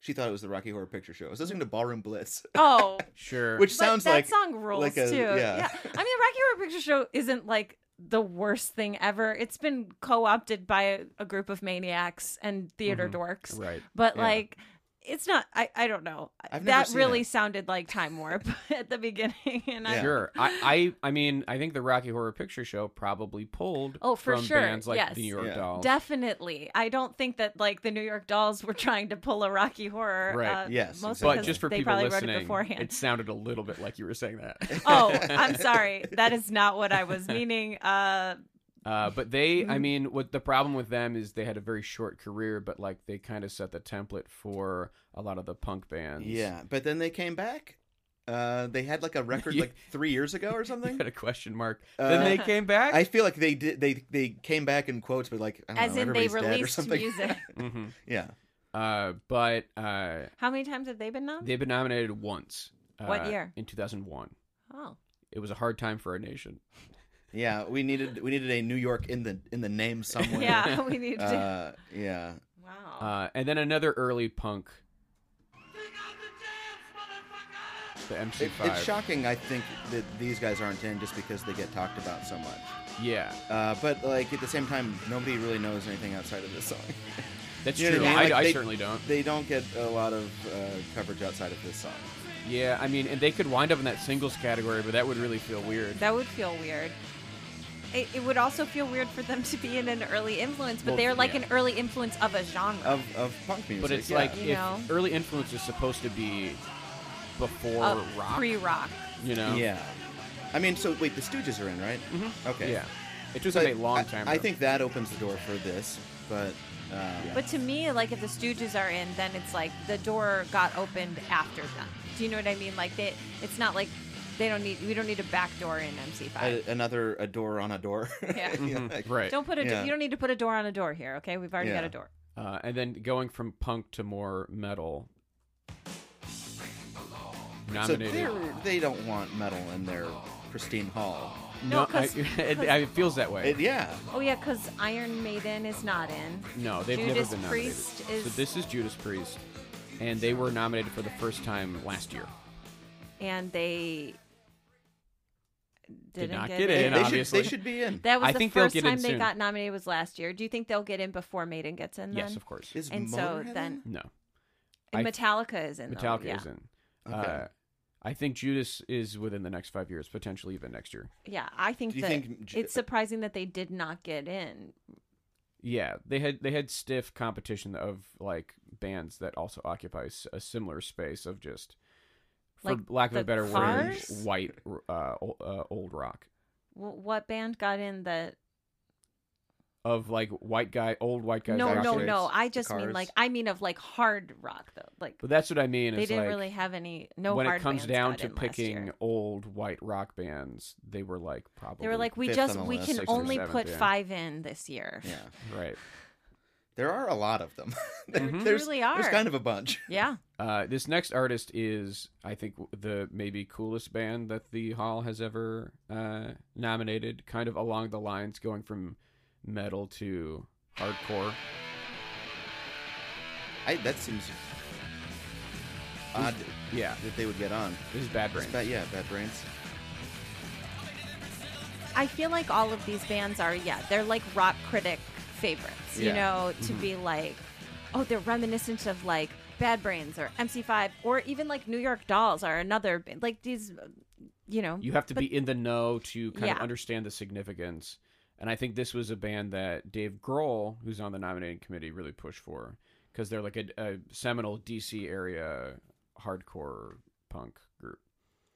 S4: she thought it was the Rocky Horror Picture Show. I was listening to Ballroom Blitz,
S2: oh,
S1: Sure.
S4: which
S2: but
S4: sounds
S2: that
S4: like
S2: song rules
S4: like a-
S2: too.
S4: yeah.
S2: I mean, the Rocky Horror Picture Show isn't like the worst thing ever. It's been co-opted by a, a group of maniacs and theater
S1: Mhm.
S2: dorks,
S1: right.
S2: but
S4: Mm-hmm. Yeah.
S2: like. It's not. I. I don't know.
S4: I've never
S2: that
S4: seen
S2: really
S4: it.
S2: sounded like time warp at the beginning, and I
S4: Yeah.
S1: Sure. I, I I mean I think the Rocky Horror Picture Show probably pulled
S2: Oh, for
S1: from
S2: sure.
S1: bands like
S2: Yes.
S1: the New York
S4: Yeah.
S1: Dolls.
S2: Definitely. I don't think that like the New York Dolls were trying to pull a Rocky Horror.
S1: Right.
S2: Uh,
S4: Yes,
S2: Mostly
S4: exactly.
S1: but
S2: because
S1: just for
S2: they
S1: people
S2: probably
S1: listening,
S2: wrote it beforehand.
S1: it sounded a little bit like you were saying that.
S2: oh, I'm sorry. That is not what I was meaning. Uh,
S1: Uh, but they,
S2: Mm-hmm.
S1: I mean, what the problem with them is they had a very short career, but like they kind of set the template for a lot of the punk bands.
S4: yeah. But then they came back. Uh, they had like a record
S1: You-
S4: like three years ago or
S1: You
S4: something.
S1: had a question mark.
S4: Uh,
S1: then they came back.
S4: I feel like they did. They they came back in quotes, but like I don't
S2: as
S4: know,
S2: in they
S4: everybody's dead or
S2: released
S4: something.
S2: music.
S1: hmm
S4: yeah,
S1: Uh, but uh,
S2: How many times have they been nom?
S1: they've been nominated once. Uh,
S2: What year?
S1: In 2001.
S2: oh.
S1: It was a hard time for our nation.
S4: yeah. We needed we needed a New York in the in the name somewhere.
S2: Yeah, we need to.
S4: Uh, yeah.
S2: wow.
S1: Uh, and then another early punk. The MC5.
S4: It, it's shocking, I think, that these guys aren't in just because they get talked about so much.
S1: Yeah,
S4: Uh, but like at the same time, nobody really knows anything outside of this song.
S1: that's
S4: You know
S1: true.
S4: what I mean?
S1: I,
S4: Like,
S1: I
S4: they-
S1: certainly don't.
S4: They don't get a lot of uh, coverage outside of this song.
S1: Yeah, I mean, and they could wind up in that singles category, but that would really feel weird.
S2: that would feel weird. It, it would also feel weird for them to be in an early influence, but
S4: Well,
S2: they're like
S1: yeah.
S2: an early influence of a genre.
S4: Of of punk music.
S1: But it's
S4: yeah.
S1: like
S2: You
S1: if
S2: know?
S1: early influence is supposed to be before
S2: of
S1: rock,
S2: pre-rock.
S1: you know?
S4: Yeah. I mean, so wait, the Stooges are in, right? Mm-hmm. Okay.
S1: yeah. It took
S4: But
S1: them a long
S4: I-
S1: time.
S4: I,
S1: though.
S4: think that opens the door for this, but. Uh,
S2: But to me, like if the Stooges are in, then it's like the door got opened after them. Do you know what I mean? Like they, it's not like they don't need. We don't need a back door in MC5.
S4: a- another a door on a door.
S2: Yeah.
S4: You know,
S1: Mhm,
S4: like-
S1: right.
S2: don't put a. do-
S4: Yeah.
S2: You don't need to put a door on a door here. Okay, we've already got
S4: Yeah.
S2: a door.
S1: Uh, and then going from punk to more metal.
S4: So
S1: Nominated.
S4: they're- they don't want metal in their pristine hall.
S2: No,
S1: No, I,
S2: 'cause-
S1: it, I- it feels that way.
S4: It, yeah.
S2: Oh yeah, because Iron Maiden is not in.
S1: no, they've never
S2: Judas
S1: been nominated.
S2: Priest
S1: So
S2: is,
S1: this is Judas Priest, and they were nominated for the first time last year.
S2: and they didn't
S1: not get
S4: They-
S1: in.
S4: they,
S1: obviously.
S4: Should, they should be in.
S2: That was
S1: I
S2: the
S1: think they'll
S2: first
S1: get in
S2: time they
S1: soon.
S2: got nominated was last year. Do you think they'll get in before Maiden gets in?
S1: Yes,
S2: then?
S1: of course.
S4: Is
S2: And so
S4: Motorhead
S2: then-
S4: in?
S1: no,
S2: And
S1: I-
S2: Metallica is in. though,
S1: Metallica
S2: yeah.
S1: isn't.
S4: Okay.
S1: Uh, I think Judas is within the next five years, potentially even next year.
S2: Yeah, I think
S4: Do you
S2: that
S4: think J- uh,
S2: it's surprising that they did not get in.
S1: Yeah, they had they had stiff competition of like bands that also occupy s- a similar space of just, for
S2: Like
S1: lack of
S2: the
S1: a better
S2: Cars?
S1: word, white uh, o- uh, old rock
S2: W- what band got in that?
S1: of like white guy, old white guys.
S2: no,
S1: rock
S2: no,
S4: Cars,
S1: bands.
S2: no. I
S4: the
S2: just mean
S4: Cars.
S2: like I mean of like hard rock though. Like
S1: But that's what I mean.
S2: they
S1: is,
S2: didn't
S1: like,
S2: really have any. No,
S1: when it
S2: hard
S1: comes
S2: bands
S1: down
S2: got
S1: to
S2: in last year.
S1: picking old white rock bands, they were like probably
S2: They were like, we
S4: fifth
S2: just
S4: on the
S2: we
S4: list,
S2: can
S4: sixth or
S2: only
S1: seventh,
S2: put
S1: yeah.
S2: five in this year.
S4: Yeah.
S1: right.
S4: There are a lot of them. there,
S1: Mhm.
S4: there's,
S2: Really are.
S4: There's kind of a bunch.
S2: Yeah.
S1: Uh, this next artist is, I think, w- the maybe coolest band that the Hall has ever uh, nominated, kind of along the lines going from metal to hardcore.
S4: I, that seems odd
S1: Yeah,
S4: that they would get on.
S1: this is Bad
S4: It's
S1: Brains.
S4: Bad, yeah, Bad Brains.
S2: I feel like all of these bands are, yeah, they're like rock critic favorites, you
S1: Yeah.
S2: know, to
S4: Mm-hmm.
S2: be like, oh, they're reminiscent of like Bad Brains or MC5 or even like New York Dolls are another, ba- like these, you know.
S1: You have to be in the know to kind
S2: Yeah.
S1: of understand the significance. And I think this was a band that Dave Grohl, who's on the nominating committee, really pushed for because they're like a, a seminal DC area hardcore punk group.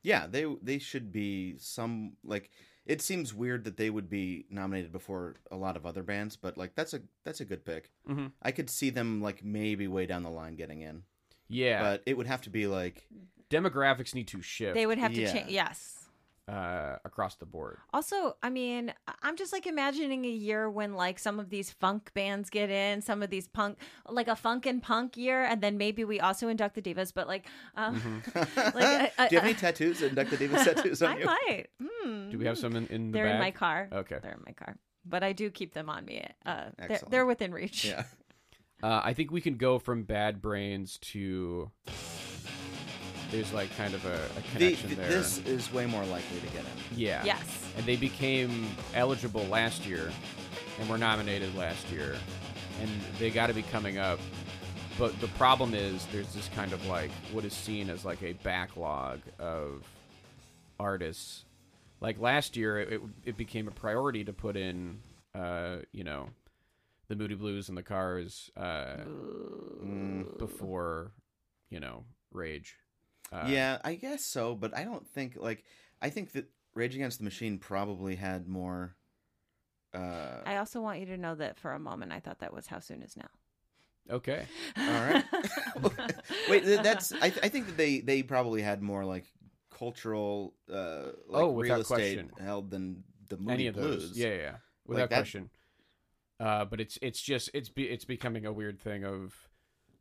S4: Yeah, they they should be some like it seems weird that they would be nominated before a lot of other bands, but like that's a that's a good pick.
S1: Mhm.
S4: I could see them like maybe way down the line getting in,
S1: Yeah,
S4: but it would have to be like
S1: demographics need to shift
S2: They would have to
S4: Yeah.
S2: change. Yes.
S1: uh, across the board.
S2: Also, I mean, I- I'm just like imagining a year when like some of these funk bands get in, some of these punk, like a funk and punk year, and then maybe we also induct the divas. But like, um, like uh,
S4: Mm-hmm. Do you have
S2: uh,
S4: any tattoos? And Dr. Davis tattoos on
S2: I
S4: you?
S2: might. Hmm.
S1: Do we have some in, in the
S2: They're in my
S1: back?
S2: car.
S1: Okay.
S2: They're in my car, but I do keep them on me. Uh, they're,
S4: Excellent.
S2: they're within reach.
S4: Yeah.
S1: Uh, I think we can go from bad brains to. There's like kind of a, a
S4: The,
S1: connection
S4: th-
S1: there.
S4: this is way more likely to get in.
S1: Yeah.
S2: Yes.
S1: And they became eligible last year and were nominated last year. And they got to be coming up. But the problem is there's this kind of like what is seen as like a backlog of artists. Like last year, it, it became a priority to put in, uh, you know, the Moody Blues and the Cars uh, Mm. before, you know, Rage. Uh,
S4: yeah, I guess so, but I don't think like I think that Rage Against the Machine probably had more. Uh,
S2: I also want you to know that for a moment, I thought that was how soon is now.
S1: Okay.
S4: all right. Wait, th- that's I, th- I think that they they probably had more like cultural uh like
S1: Oh,
S4: real
S1: without
S4: estate
S1: question.
S4: held than the Moody
S1: any of
S4: Blues.
S1: those. Yeah, yeah, yeah. without
S4: that-
S1: question. Uh, but it's it's just it's be, it's becoming a weird thing of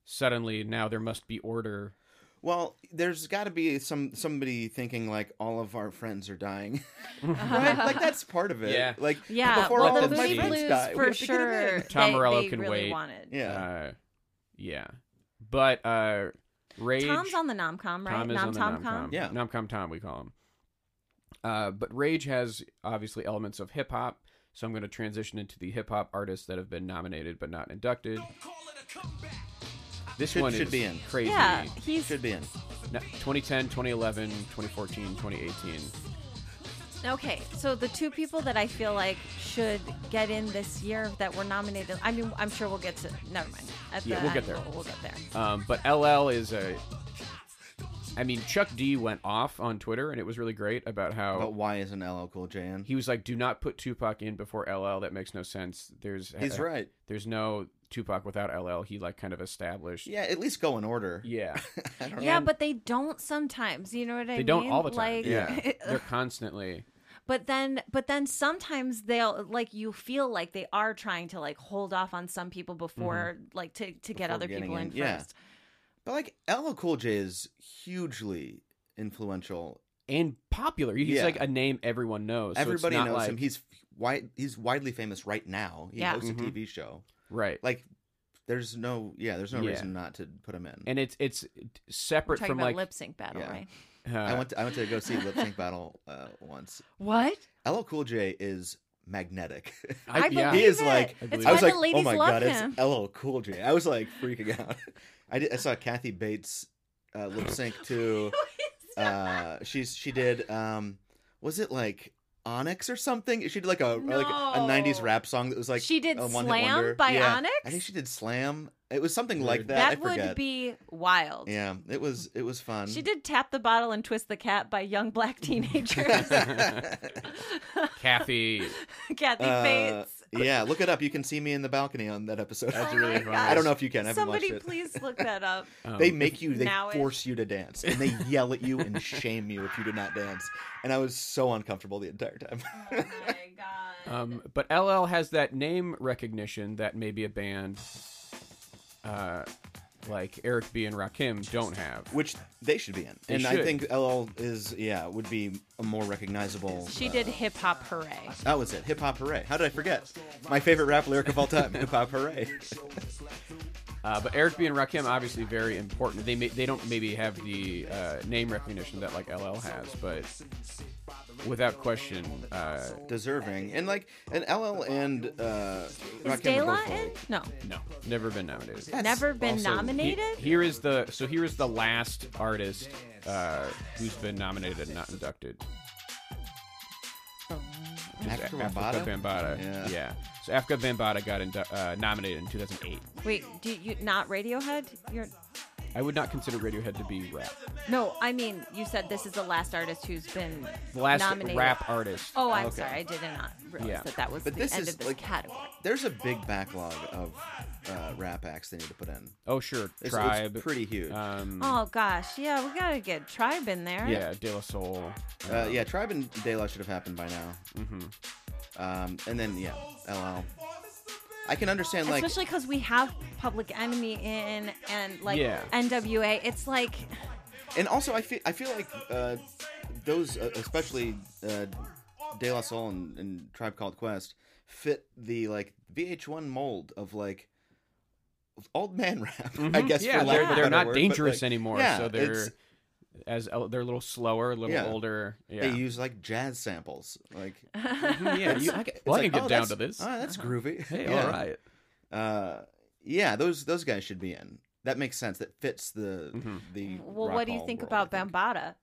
S1: suddenly now there must be order.
S4: Well, there's got to be some somebody thinking like all of our friends are dying, right? Like that's part of it.
S1: Yeah.
S4: Like
S2: Yeah,
S4: before
S2: well,
S4: all
S2: the
S4: of my
S2: Moody
S4: friends
S2: Blues
S4: die, we
S2: for
S4: have to get 'em in.
S2: sure.
S1: Tom
S2: they,
S1: Morello
S2: they
S1: can
S2: really
S1: wait.
S2: Wanted.
S4: Yeah.
S1: Uh, yeah. But uh, rage.
S2: Tom's on the nomcom, right?
S1: Tom is on the
S2: Nom-tom-com?
S1: nomcom.
S4: Yeah.
S1: nomcom Tom we call him. Uh, but rage has obviously elements of hip hop. So I'm going to transition into the hip hop artists that have been nominated but not inducted. This
S4: Should-
S1: one
S4: should
S1: is
S4: be in.
S1: crazy.
S2: Yeah, he's
S4: Should be in.
S1: No, 2010, 2011, 2014, 2018.
S2: Okay, so the two people that I feel like should get in this year that were nominated. I mean, I'm sure we'll get to. Never mind. At
S1: Yeah,
S2: the
S1: we'll get
S2: end,
S1: there.
S2: We'll, we'll get there.
S1: Um, but LL is a. I mean, Chuck D went off on Twitter, and it was really great about how
S4: But why isn't LL Cool J in?
S1: Oh. he was like, "Do not put Tupac in before LL. That makes no sense." There's uh,
S4: He's right.
S1: There's no Tupac without LL. He like kind of established.
S4: Yeah, at least go in order.
S1: Yeah.
S4: I don't
S2: Yeah,
S4: know.
S2: but they don't sometimes. You know what I mean?
S1: They don't all the time.
S2: Like,
S1: yeah, they're constantly.
S2: but then, but then sometimes they'll like you feel like they are trying to like hold off on some people before
S1: Mm-hmm.
S2: like to to get
S4: Before
S2: other
S4: getting
S2: people in,
S4: in, yeah.
S2: first.
S4: But like LL Cool J is hugely influential.
S1: And popular. He's
S4: Yeah.
S1: like a name everyone knows. so it's
S4: Everybody
S1: not
S4: knows him.
S1: like-
S4: He's wide. He's widely famous right now. He
S2: Yeah.
S4: hosts
S1: Mhm.
S4: a TV show.
S1: right.
S4: Like, there's no. Yeah, there's no
S1: Yeah.
S4: reason not to put him in.
S1: and it's it's
S2: We're
S1: separate
S2: talking
S1: from
S2: about
S1: like
S2: lip sync battle,
S4: Yeah.
S2: right?
S1: uh,
S4: I went. To, I went to go see Lip Sync Battle uh, once.
S2: What?
S4: LL Cool J is magnetic.
S1: I-
S2: I
S1: yeah.
S2: believe
S4: he is
S2: it.
S4: like.
S1: I
S2: It's
S1: believe
S2: why
S4: I was
S2: the
S4: like,
S2: ladies
S4: oh my
S2: love
S4: god,
S2: him.
S4: it's LL Cool J. I was like freaking out. I, did, I saw Kathy Bates uh, lip sync to. uh she's she did um was it like Onyx or something? She did like a like
S2: No.
S4: a 90s rap song that was like
S2: She did
S4: a one-hit
S2: Slam
S4: wonder.
S2: by
S4: Yeah,
S2: Onyx?
S4: I think she did Slam. It was something like
S1: Weird.
S4: that. I
S2: that
S4: forget.
S2: would be wild.
S4: Yeah, it was it was fun.
S2: She did tap the bottle and twist the cap by young black teenagers.
S1: Kathy.
S2: Kathy
S4: Uh,
S2: Bates.
S4: yeah, look it up. You can see me in the balcony on that episode.
S1: That's really funny.
S4: I don't know if you can. I haven't
S2: Oh Somebody
S4: watched it.
S2: please look that up. Oh
S1: Um,
S4: They make you, they
S2: now it-
S4: force you to dance, and they yell at you and shame you if you do not dance. And I was so uncomfortable the entire time.
S2: Oh my god.
S1: Um, but LL has that name recognition that maybe a band uh, like Eric B and Rakim don't have.
S4: which they should be in.
S1: They
S4: and
S1: should.
S4: I think LL is yeah would be a more recognizable.
S2: She
S4: uh,
S2: did hip hop hooray.
S4: That was it. Hip hop hooray! How did I forget? My favorite rap lyric of all time. Hip hop hooray!
S1: Uh, but Eric B and Rakim obviously very important. They may, they don't maybe have the uh, name recognition that like LL has, but without question, uh,
S4: Deserving and like and LL and uh,
S2: Is
S4: Rakim
S2: Dela
S4: Both,
S2: in? No.
S1: no, never been nominated.
S4: That's
S2: Never been
S4: also-
S1: He-
S2: nominated?
S1: here is the so here is the last artist uh, who's been nominated and not inducted. Is
S4: Africa
S1: Africa
S4: Bambaataa?
S1: Bambaataa.
S4: Yeah.
S1: So Africa Bambaataa got indu- uh, nominated in 2008.
S2: Wait, do you not Radiohead? You're
S1: I would not consider Radiohead to be rap.
S2: No, I mean, you said this is the last artist who's been
S1: The last
S2: nominated.
S1: rap artist.
S2: Oh, I'm
S4: Okay.
S2: sorry. I did not realize
S1: Yeah.
S2: that that was
S4: But
S2: the
S4: this
S2: end
S4: is
S2: of this
S4: like-
S2: category.
S4: There's a big backlog of uh, rap acts they need to put in.
S1: Oh, sure.
S4: It's,
S1: Tribe.
S4: it's pretty huge. Uh,
S1: Um,
S2: Oh gosh, yeah, we gotta get Tribe in there.
S1: yeah, De La Soul.
S4: Uh, yeah, Tribe and De La should have happened by now. Mm-hmm. Um, and then yeah, LL. I can understand like
S2: Especially because we have Public Enemy in and like
S1: Yeah.
S2: NWA. It's like
S4: and also I feel I feel like uh, those uh, especially uh, De La Soul and, and Tribe Called Quest fit the like VH1 mold of like old man rap. I guess
S1: Mm-hmm. yeah, they're,
S4: for lack of a
S1: they're
S4: better
S1: not
S4: word, but,
S1: dangerous
S4: like,
S1: anymore.
S4: yeah,
S1: so they're
S4: it's-
S1: as el- they're a little slower, a little
S4: Yeah.
S1: older. Yeah,
S4: They use like jazz samples. Like,
S1: Mhm, yeah. you- I, ca- well, I can get down to this. Uh-huh.
S4: Oh, that's groovy.
S1: hey,
S4: yeah.
S1: all right.
S4: Uh, yeah, those those guys should be in. That makes sense. That fits the
S1: Mm-hmm.
S4: the.
S2: well,
S4: rock
S2: what do you
S4: hall
S2: think
S4: world,
S2: about
S4: I think.
S2: Bambata?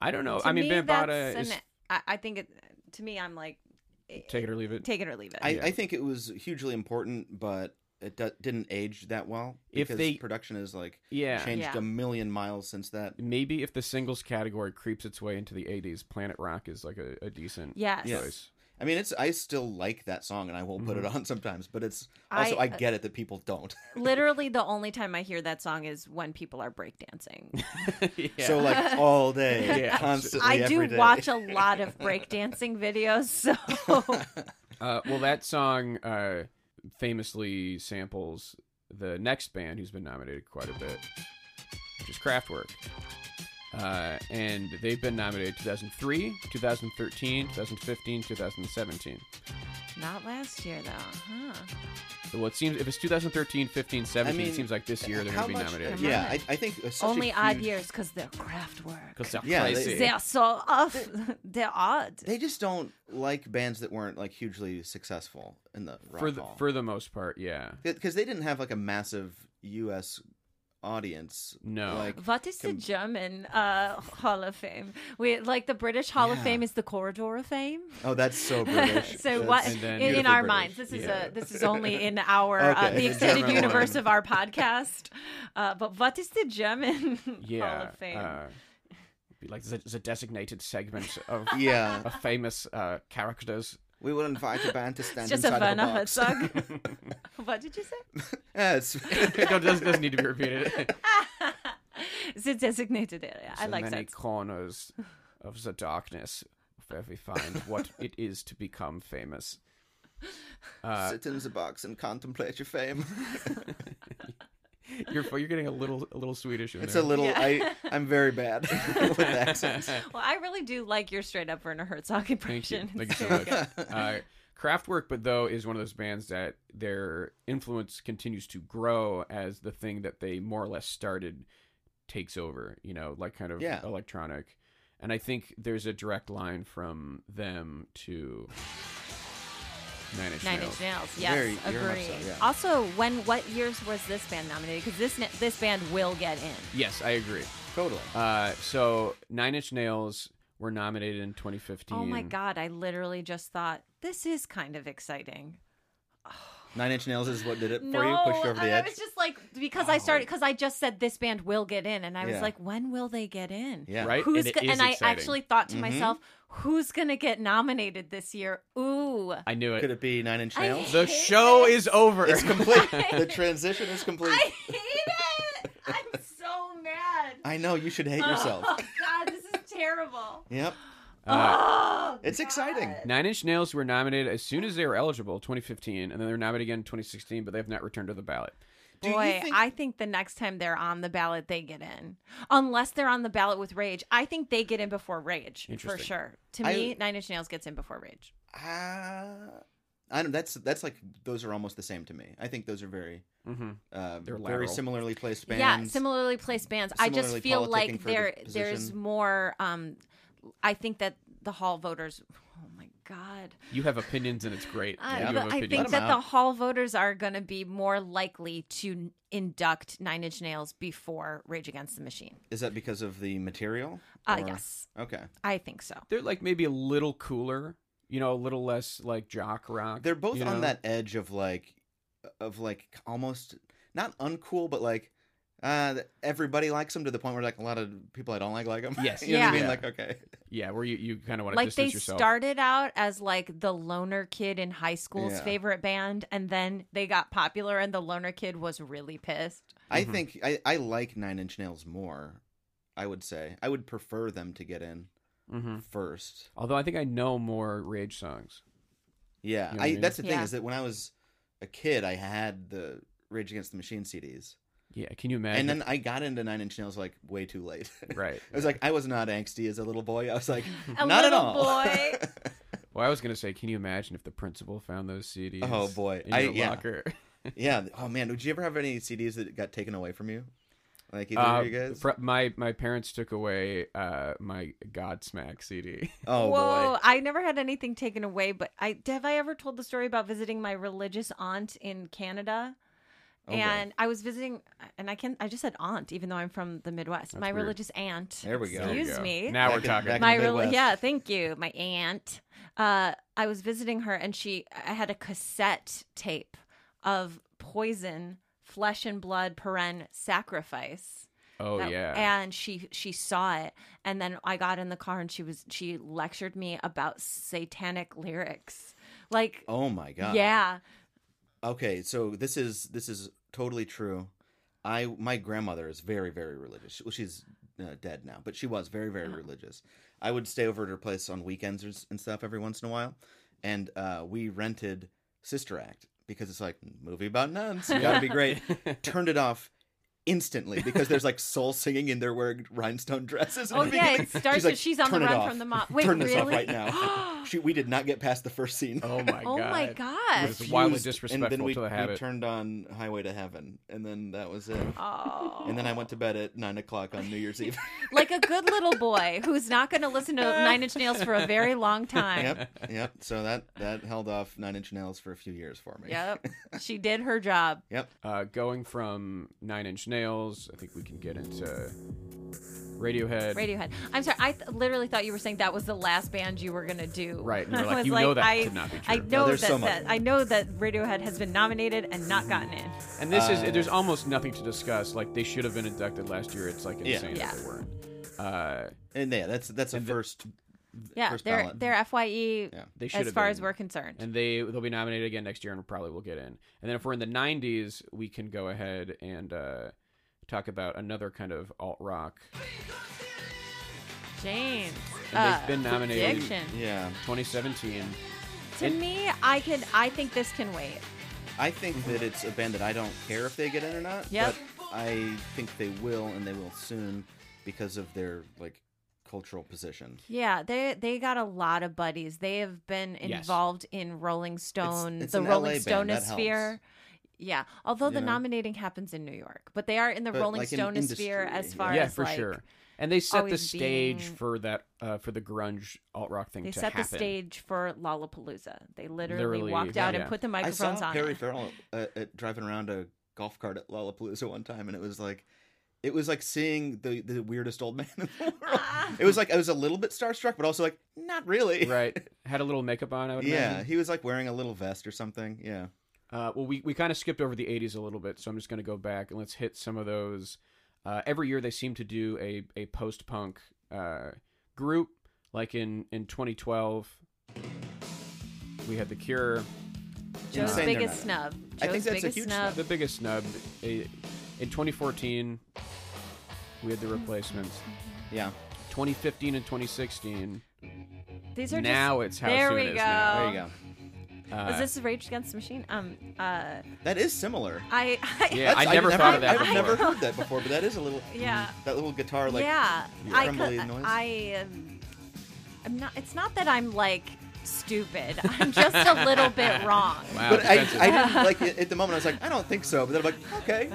S1: I don't know.
S2: To
S1: I mean,
S2: me,
S1: Bambata
S2: that's
S1: is
S2: an- I, I think it. To me, I'm like eh,
S1: take it or leave it.
S2: take it or leave it.
S4: I, I think it was hugely important, but it do- didn't age that well.
S1: If
S4: because
S1: they-
S4: production is like
S1: Yeah.
S4: changed
S2: Yeah.
S4: a million miles since that.
S1: Maybe if the singles category creeps its way into the '80s, Planet Rock is like a, a decent
S2: Yes.
S4: Yes.
S1: choice.
S4: I mean, it's I still like that song, and I will put it
S1: Mm-hmm.
S4: on sometimes. But it's
S2: I-
S4: also I, uh, get it that people don't.
S2: Literally, the only time I hear that song is when people are breakdancing.
S1: Yeah.
S4: So like all day,
S1: Yeah.
S4: constantly.
S2: I do
S4: every day.
S2: watch a lot of breakdancing videos, so
S1: Uh, well, that song uh, famously samples the next band who's been nominated quite a bit, which is Kraftwerk. Uh, and they've been nominated 2003, 2013, 2015, 2017.
S2: not last year though. Huh.
S1: So, well, it seems if it's 2013, 15, 17,
S4: I
S1: it
S4: mean,
S1: seems like this year they're
S4: how
S1: going to be
S4: much-
S1: nominated.
S4: Yeah, I, I think it's such a
S2: Only odd
S4: huge-
S2: years because they're craft work.
S1: 'Cause they're
S4: Yeah, they-
S1: crazy.
S2: They are so off. They're odd.
S4: They just don't like bands that weren't like hugely successful in the rock
S1: for the
S4: hall.
S1: for the most part, yeah.
S4: because they didn't have like a massive U.S. audience.
S1: No.
S4: like
S2: What is the
S4: com-
S2: German uh, Hall of Fame? We like the British Hall of Fame is the corridor of fame.
S4: oh, that's so British.
S2: so
S4: That's-
S2: what
S1: And then-
S2: in, in our
S4: Beautifully
S2: minds? This
S1: British.
S2: is
S1: Yeah.
S2: a this is only in our uh,
S4: Okay.
S2: the
S4: The
S2: extended
S4: German
S2: universe
S4: one.
S2: of our podcast. Uh, but what is the German
S1: yeah.
S2: Hall of Fame?
S1: uh, be like the, the designated segment of,
S4: Yeah,
S1: of famous uh, characters.
S4: we will invite a band to stand
S2: it's just a
S4: inside
S2: Werner
S4: of a box.
S2: Herzog. what did you say?
S4: Yeah, it's-
S1: it doesn't, doesn't need to be repeated.
S2: The designated area. I
S1: so
S2: like
S1: many
S2: that.
S1: corners of the darkness where we find what it is to become famous. Uh,
S4: Sit in the box and contemplate your fame.
S1: You're you're getting a little a little Swedish in
S4: It's a
S1: there.
S4: little. I I'm very bad with accents.
S2: Well, I really do like your straight up Werner Herzog
S1: Thank you.
S2: impression.
S1: Thank you
S2: It's
S1: so
S2: very
S1: much.
S2: good.
S1: Uh, Kraftwerk, but though, is one of those bands that their influence continues to grow as the thing that they more or less started takes over, you know, like kind of
S4: Yeah.
S1: electronic. And I think there's a direct line from them to Nine Inch
S2: Nine
S1: Nails.
S2: Inch Nails. Yes,
S4: Very-
S2: agree.
S4: very much so, yeah.
S2: Also, when what years was this band nominated? Because this ne- this band will get in.
S1: Yes, I agree.
S4: Totally.
S1: Uh, so Nine Inch Nails were nominated in 2015.
S2: Oh my god! I literally just thought this is kind of exciting.
S4: Nine Inch Nails is what did it for
S2: no,
S4: you. Pushed you over the
S2: I,
S4: edge.
S2: I was just like because I started because I just said this band will get in, and I was
S4: Yeah.
S2: like, when will they get in?
S4: Yeah. Mm-hmm.
S1: Right?
S2: Who's
S1: and it
S2: go-
S1: is
S2: and I
S1: exciting.
S2: actually thought to myself, who's gonna get nominated this year? Ooh,
S1: I knew
S4: Could
S1: it.
S4: it be Nine Inch
S2: I
S4: Nails?
S1: The show is over.
S4: It's complete. the transition is complete.
S2: I
S4: I,
S2: hate it. I'm so mad.
S4: know you should hate yourself.
S2: Oh god, this is terrible.
S4: Yep.
S1: Uh,
S2: Oh,
S4: It's exciting.
S1: Nine Inch Nails were nominated as soon as they were eligible, 2015, and then they're nominated again in 2016, but they have not returned to the ballot.
S4: Do you
S2: Boy,
S4: think-
S2: I think the next time they're on the ballot, they get in. Unless they're on the ballot with Rage, I think they get in before Rage for
S1: Interesting.
S2: sure. To
S4: I-
S2: me, Nine Inch Nails gets in before Rage.
S4: Uh, I don't. That's that's like those are almost the same to me. I think those are very, uh,
S1: Mm-hmm. They're
S4: very
S1: lateral.
S4: similarly placed bands.
S2: Yeah, similarly placed bands. I just
S4: Similarly
S2: feel
S4: politicking
S2: like
S4: for the
S2: there there's
S4: position.
S2: more. Um, I think that the Hall voters. Oh my God.
S1: You have opinions, and it's great.
S2: I,
S1: You have
S2: Uh, but I
S1: opinions.
S2: think
S4: Let 'em
S2: that
S4: out.
S2: the Hall voters are going to be more likely to induct Nine Inch Nails before Rage Against the Machine.
S4: Is that because of the material?
S2: Uh,
S4: Or-
S2: yes,
S4: Okay.
S2: I think so.
S1: they're like maybe a little cooler, you know, a little less like jock rock.
S4: They're both
S1: you
S4: on
S1: know?
S4: that edge of like, of like almost not uncool, but like. uh, everybody likes them to the point where like a lot of people I don't like like them.
S1: Yes.
S4: you know what I mean?
S1: Yeah.
S4: Like okay,
S1: Yeah, where you, you kind of want to
S2: like they
S1: distance yourself.
S2: started out as like the loner kid in high school's
S4: Yeah.
S2: favorite band and then they got popular and the loner kid was really pissed
S1: Mm-hmm.
S4: I think I I like Nine Inch Nails more. I would say I would prefer them to get in
S1: Mhm.
S4: first.
S1: Although I think I know more Rage songs.
S4: Yeah,
S1: You know what I
S4: I,
S1: mean?
S4: that's the thing
S2: Yeah.
S4: is that when I was a kid, I had the Rage Against the Machine CDs,
S1: Yeah, can you imagine?
S4: and then I got into Nine Inch Nails like way too late.
S1: right.
S4: I was like, I was not angsty as a little boy. I was like,
S2: A
S4: not at
S2: little
S4: all.
S2: boy.
S1: Well, I was gonna say, can you imagine if the principal found those CDs?
S4: Oh, boy.
S1: in your
S4: I- yeah.
S1: locker.
S4: yeah. Oh man, did you ever have any CDs that got taken away from you? Like either
S1: Uh,
S4: of you guys?
S1: fr- my my parents took away uh, my Godsmack CD.
S4: oh
S2: Whoa,
S4: boy.
S2: I never had anything taken away, but I have I ever told the story about visiting my religious aunt in Canada?
S4: Oh, boy.
S2: and I was visiting and I can I just said aunt even though I'm from the Midwest. my
S1: weird.
S2: religious aunt.
S4: There we go.
S1: There we
S2: Excuse
S1: go.
S2: me.
S1: Now
S4: Back
S1: we're
S4: in-
S1: talking.
S4: back in
S2: my
S4: the
S2: rel-
S4: Midwest.
S2: yeah, thank you. My aunt. Uh I was visiting her and she I had a cassette tape of Poison Flesh and Blood Paren Sacrifice.
S1: oh
S2: That-
S1: yeah.
S2: And she she saw it and then I got in the car and she was she lectured me about satanic lyrics. Like
S4: Oh my god.
S2: yeah.
S4: Okay, so this is this is totally true. I my grandmother is very very religious. Well, she's uh, dead now, but she was very very
S2: Uh-huh.
S4: religious. I would stay over at her place on weekends or s- and stuff every once in a while, and uh, we rented Sister Act because it's like movie about nuns. Gotta be great. Turned it off instantly because there's like soul singing and they're wearing rhinestone dresses. and
S2: Oh yeah,
S4: everything.
S2: it starts
S4: like,
S2: with she's on the
S4: "Turn it
S2: run
S4: off.
S2: from the mob. Wait,
S4: Turn
S2: really?
S4: this off right now. Oh she, we did not get past the first scene
S1: oh my god.
S2: Oh my
S1: It
S2: gosh.
S1: was wildly
S4: refused,
S1: disrespectful
S4: and then we,
S1: to the
S4: we
S1: habit.
S4: turned on Highway to Heaven, and then that was it.
S2: Oh.
S4: And then I went to bed at nine o'clock on New Year's Eve.
S2: like a good little boy who's not going to listen to Nine Inch Nails for a very long time.
S4: yep, yep. So that that held off Nine Inch Nails for a few years for me.
S2: Yep. She did her job.
S4: Yep.
S1: uh, going from Nine Inch Nails, I think we can get into Radiohead.
S2: Radiohead. I'm sorry. I th- literally thought you were saying that was the last band you were gonna do.
S1: Right, and you
S2: I
S1: were like,
S2: was
S1: you know that could not be
S2: I
S1: true.
S2: know that,
S4: there's so much.
S2: that I know that Radiohead has been nominated and not gotten in.
S1: And this
S4: Uh,
S1: is there's almost nothing to discuss. Like they should have been inducted last year. It's like
S4: Yeah.
S1: insane
S2: Yeah.
S1: that they weren't. Uh,
S4: And yeah, that's that's a first.
S2: Yeah,
S4: First
S2: they're
S4: ballot.
S2: they're Fye
S4: Yeah.
S1: They should
S2: as
S1: have
S2: far
S1: been.
S2: as we're concerned.
S1: and they they'll be nominated again next year and probably will get in. And then if we're in the 90s, we can go ahead and uh, talk about another kind of alt rock.
S2: James,
S1: And
S2: uh,
S1: they've been nominated
S2: prediction.
S4: Yeah,
S1: 2017.
S2: To me, I can I think this can wait.
S4: I think that it's a band that I don't care if they get in or not.
S2: Yep.
S4: But I think they will, and they will soon, because of their like cultural position.
S2: Yeah, they they got a lot of buddies. They have been
S1: Yes.
S2: involved in Rolling Stone,
S4: it's
S2: the
S4: an
S2: Rolling
S4: LA
S2: Stone
S4: band, that
S2: sphere.
S4: helps.
S2: Yeah, although
S4: You
S2: the
S4: know?
S2: nominating happens in New York, but they are in the
S4: But,
S2: Rolling
S4: like, in
S2: Stone sphere
S4: industry,
S2: as
S4: yeah.
S2: far
S1: yeah,
S2: as
S1: for
S2: like
S1: sure. And they set the
S2: always
S1: stage
S2: being-
S1: for that uh, for the grunge alt rock thing
S2: they
S1: to
S2: set
S1: happen.
S2: the stage for Lollapalooza. They literally,
S1: Literally,
S2: walked out
S1: yeah.
S2: and put the
S4: I saw
S2: microphones on.
S4: Perry
S2: it.
S4: Farrell uh, uh, driving around a golf cart at Lollapalooza one time, and it was like, it was like seeing the the weirdest old man in the world. It was like I was a little bit starstruck, but also like not really.
S1: right. Had a little makeup on. I would
S4: Yeah,
S1: imagine.
S4: he was like wearing a little vest or something. Yeah.
S1: Uh, well, we, we kind of skipped over the 80s a little bit, so I'm just going to go back and let's hit some of those. Uh, every year they seem to do a, a post punk uh, group. Like in, in 2012, we had The Cure.
S2: Joe's
S4: Insane they're
S2: biggest
S4: not.
S2: snub. Joe's
S4: I think that's a
S2: biggest
S4: huge
S2: snub.
S1: The biggest snub. eh, In 2014, we had The Replacements.
S4: Yeah.
S1: 2015 and 2016.
S2: These are
S1: now
S2: just,
S1: it's how
S2: there
S1: soon
S2: we
S1: it is
S2: go.
S1: now.
S4: There you go.
S1: Uh,
S2: Is this Rage Against the Machine? Um, uh,
S4: That is similar.
S2: I, I
S1: Yeah, I never
S4: I've
S1: thought of that
S4: I've
S1: before.
S4: never heard that before, but that is a little.
S2: Yeah.
S4: That little guitar like.
S2: yeah, I could,
S4: crumbly noise.
S2: I am. I'm not. It's not that I'm like stupid. I'm just a little bit wrong.
S1: wow,
S4: But I, I
S1: defensive.
S4: didn't like at at the moment. I was like, I don't think so. But then I'm like, okay.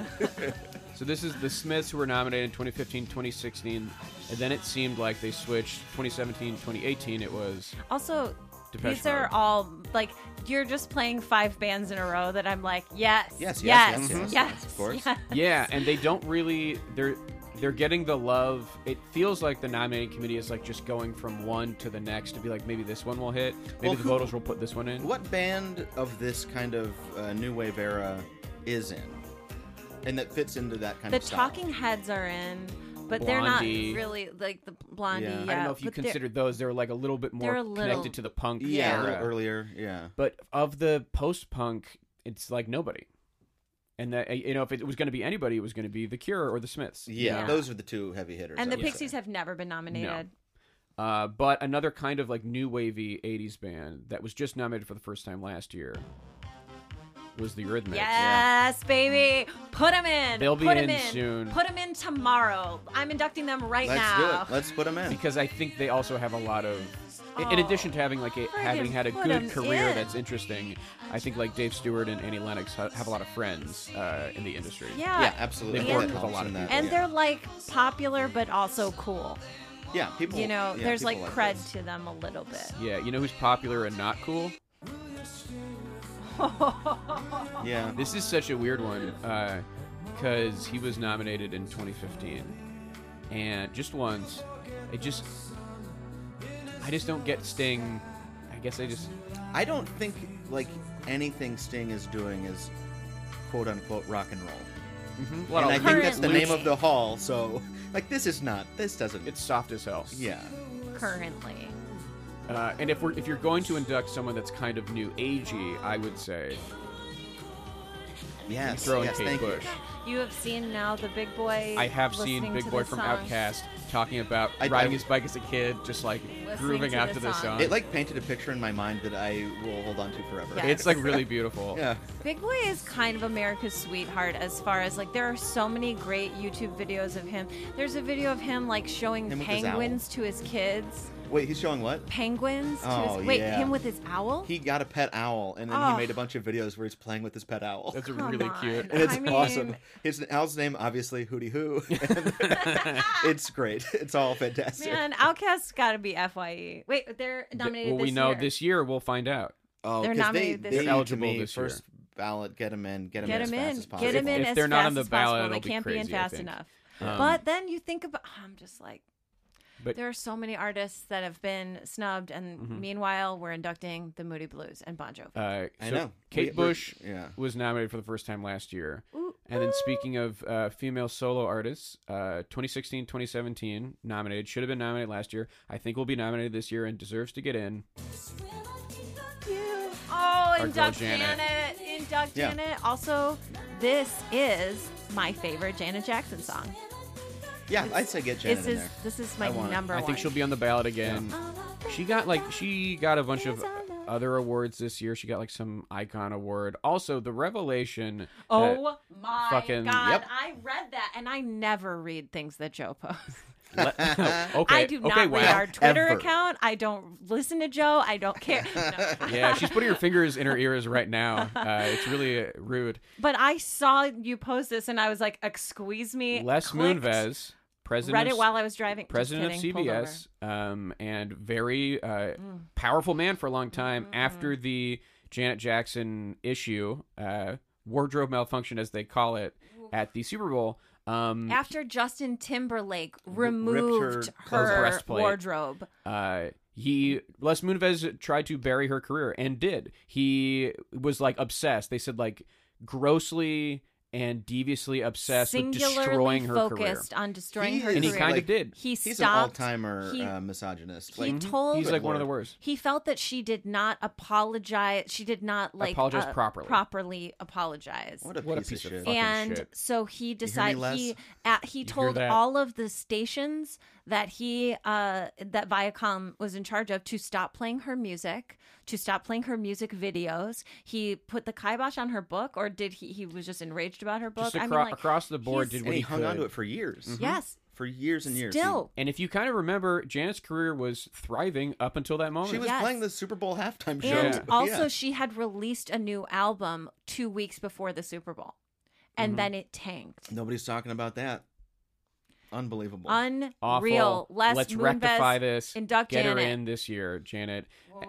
S1: So this is the Smiths who were nominated in 2015, 2016, and then it seemed like they switched 2017, 2018. It was
S2: Also,
S1: Depeche
S2: these are
S1: Mode.
S2: all like you're just playing five bands in a row that I'm like, yes,
S4: Yes, yes,
S2: yes,
S4: yes, yes, yes, of course.
S2: yes.
S1: yeah, and they don't really they're they're getting the love. It feels like the nominating committee is like just going from one to the next to be like maybe this one will hit, maybe
S4: Well,
S1: the
S4: who-
S1: voters will put this one in.
S4: What band of this kind of uh, new wave era is in? and that fits into that kind
S2: the
S4: of style.
S2: talking heads are in, but they're not
S1: Blondie.
S2: really like the blondie.
S4: Yeah. I
S2: Yeah.
S4: don't
S1: I don't know if you
S2: but they're-
S1: considered those. They were like a little bit more
S2: They're a little-
S1: connected to the punk.
S4: yeah, a
S1: era.
S4: little earlier, yeah.
S1: But of the post punk, it's like nobody. And that you know, if it was going to be anybody, it was going to be the Cure or the Smiths. you
S4: yeah,
S1: know?
S4: those are the two heavy hitters.
S2: and the
S4: I would say.
S2: Pixies have never been nominated.
S1: Uh, but another kind of like new wavy '80s band that was just nominated for the first time last year was the Eurythmics.
S2: Yes, baby. Put them in.
S1: They'll be
S2: Put 'em
S1: in
S2: in
S1: soon.
S2: Put them in tomorrow. I'm inducting them right
S4: Let's
S2: now.
S4: do it. Let's put them in.
S1: because I think they also have a lot of. in- In
S2: Oh.
S1: addition to having like a, having had a
S2: put
S1: good
S2: 'em
S1: career
S2: in.
S1: that's interesting, I think like Dave Stewart and Annie Lennox ha- have a lot of friends uh, in the industry.
S2: yeah.
S4: yeah, absolutely.
S1: They've
S4: That
S1: worked with a
S4: helps
S1: lot
S4: in
S1: of
S4: that,
S1: people.
S2: And
S4: yeah.
S2: they're like popular but also cool.
S4: yeah, people.
S2: You know,
S4: yeah,
S2: there's like
S4: people
S2: cred
S4: this.
S2: to them a little bit.
S1: Yeah, you know who's popular and not cool?
S4: Yeah,
S1: This is such a weird one because he was nominated in 2015, and just once, I just, I just don't get Sting. I guess I just
S4: I don't think like anything Sting is doing is quote unquote rock and roll.
S1: well,
S4: and I think that's the
S2: Currently.
S4: name of the hall. So, like, this is not. This doesn't.
S1: it's soft as hell.
S4: yeah.
S2: Currently.
S1: Uh, and if we're if you're going to induct someone that's kind of new agey, I would say
S4: Yes.
S1: throw in
S4: yes.
S1: Kate
S4: thank
S1: Bush.
S4: you.
S2: You have seen now the big boy.
S1: I have seen
S2: listening
S1: Big
S2: to
S1: Boy
S2: this
S1: from
S2: song.
S1: Outcast talking about
S4: I-
S1: riding
S4: I-
S1: his bike as a kid, just like
S2: Listening
S1: grooving
S2: to
S1: out
S2: this
S1: to this
S2: song.
S1: song.
S4: It like painted a picture in my mind that I will hold on to forever.
S2: Yeah.
S1: it's like really beautiful.
S4: Yeah.
S2: Big Boy is kind of America's sweetheart as far as like there are so many great YouTube videos of him. There's a video of him like showing
S4: Him with his owl.
S2: penguins to his kids.
S4: Wait, he's showing what?
S2: Penguins to
S4: Oh,
S2: his wait,
S4: yeah.
S2: him with his owl?
S4: He got a pet owl, and then
S2: Oh.
S4: he made a bunch of videos where he's playing with his pet owl.
S1: That's
S2: Come
S1: really
S2: on.
S1: cute.
S4: and it's
S2: I mean-
S4: awesome. His owl's name, obviously, Hootie Hoo. And it's great. It's all fantastic.
S2: Man, Outcast's gotta be FYE. Wait, they're nominated
S1: well,
S2: this
S1: we know
S2: year.
S1: this year we'll find out.
S4: Oh,
S2: They're
S4: 'cause
S2: nominated this
S4: they, they,
S2: year.
S1: They're eligible
S4: to me,
S1: this year.
S4: first ballot. Get them in. Get them
S2: Get
S4: in.
S2: him
S4: as fast
S2: in.
S4: as possible.
S2: Get him in
S1: If
S2: as
S1: they're not
S2: fast
S1: on the
S2: as possible.
S1: ballot,
S2: They
S1: it'll be
S2: can't be in
S1: crazy, I
S2: fast
S1: think.
S2: enough.
S1: Um,
S2: but then you think about, oh, I'm just like,
S1: But- Mm-hmm.
S2: there are so many artists that have been snubbed, and meanwhile, we're inducting the Moody Blues and Bon Jovi.
S1: Uh,
S4: I
S1: so
S4: know.
S1: Kate
S4: We- we-
S1: Bush
S4: yeah.
S1: was nominated for the first time last year. and then speaking of uh, female solo artists, uh, 2016, 2017 nominated should have been nominated last year. I think will be nominated this year and deserves to get in.
S2: Oh, and
S1: girl
S2: Doug
S1: Janet.
S2: Janet. And Doug
S4: Yeah.
S2: Janet. Also, this is my favorite Janet Jackson song.
S4: Yeah, I'd say get Janet
S2: this
S4: in
S2: is
S4: there.
S2: this is my
S4: I want it.
S2: number
S1: I
S2: one.
S1: think she'll be on the ballot again. She got like she got a bunch of other awards this year. She got like some icon award. Also, the revelation.
S2: Oh
S1: that-
S2: my
S1: fucking-
S2: god!
S4: Yep.
S2: I read that, and I never read things that Joe posts.
S1: Oh, okay,
S2: I do not
S1: okay,
S2: read
S1: wow.
S2: our Twitter
S4: Ever.
S2: account. I don't listen to Joe. I don't care. No.
S1: yeah, she's putting her fingers in her ears right now. Uh, it's really uh, rude.
S2: But I saw you post this, and I was like, "Excuse me."
S1: Les
S2: clicked,
S1: Moonves, president
S2: Read
S1: of
S2: it while I was driving. Just
S1: president
S2: kidding, pulled Mm.
S1: of CBS um, and very uh, powerful man for a long time
S2: Mm-hmm.
S1: after the Janet Jackson issue, uh, wardrobe malfunction as they call it, at the Super Bowl. Um,
S2: over. After Justin Timberlake
S4: her
S2: removed her,
S1: clothes breastplate.
S2: wardrobe,
S1: uh, he Les Moonves tried to bury her career and did. He was like obsessed. They said like grossly and deviously obsessed with
S2: singularly
S1: destroying her career.
S2: focused on destroying
S4: He
S2: her
S4: is,
S1: And he
S2: career.
S1: kind
S4: like-
S1: of did.
S2: he
S4: He's
S2: stopped.
S4: an all-timer
S2: He,
S4: uh, misogynist.
S2: he
S4: Like,
S2: told.
S1: He's um, like one of the
S4: Lord.
S1: worst.
S2: he felt that she did not apologize. She did not like uh,
S1: Apologize properly.
S2: Properly apologize.
S4: what a
S1: What a
S4: piece, of shit.
S1: fucking
S2: and
S1: shit.
S2: so he
S4: me,
S2: decided
S4: Les?
S2: he at, he told
S1: that?
S2: all of the stations that he uh that Viacom was in charge of to stop playing her music, to stop playing her music videos. He put the kibosh on her book, or did he? He was just enraged about her book.
S1: Just
S2: I mean,
S1: acro-
S2: like,
S1: across the board,
S2: he's-
S1: did
S4: And
S1: what
S4: he
S1: he
S4: hung
S1: could.
S4: on to it for years.
S2: yes,
S4: For years and years.
S2: still.
S1: And if you kind of remember, Janet's career was thriving up until that
S4: He-
S1: moment.
S4: She was
S2: Yes.
S4: playing the Super Bowl halftime show.
S2: And
S1: Yeah.
S2: also,
S4: Oh, Yeah.
S2: she had released a new album two weeks before the Super Bowl,
S1: Mm-hmm.
S2: and then it tanked.
S4: Nobody's talking about that. Unbelievable.
S2: Unreal.
S1: awful.
S2: Les
S1: Let's
S2: Moonves
S1: rectify this.
S2: Induct
S1: Get
S2: Janet.
S1: her in this year, Janet.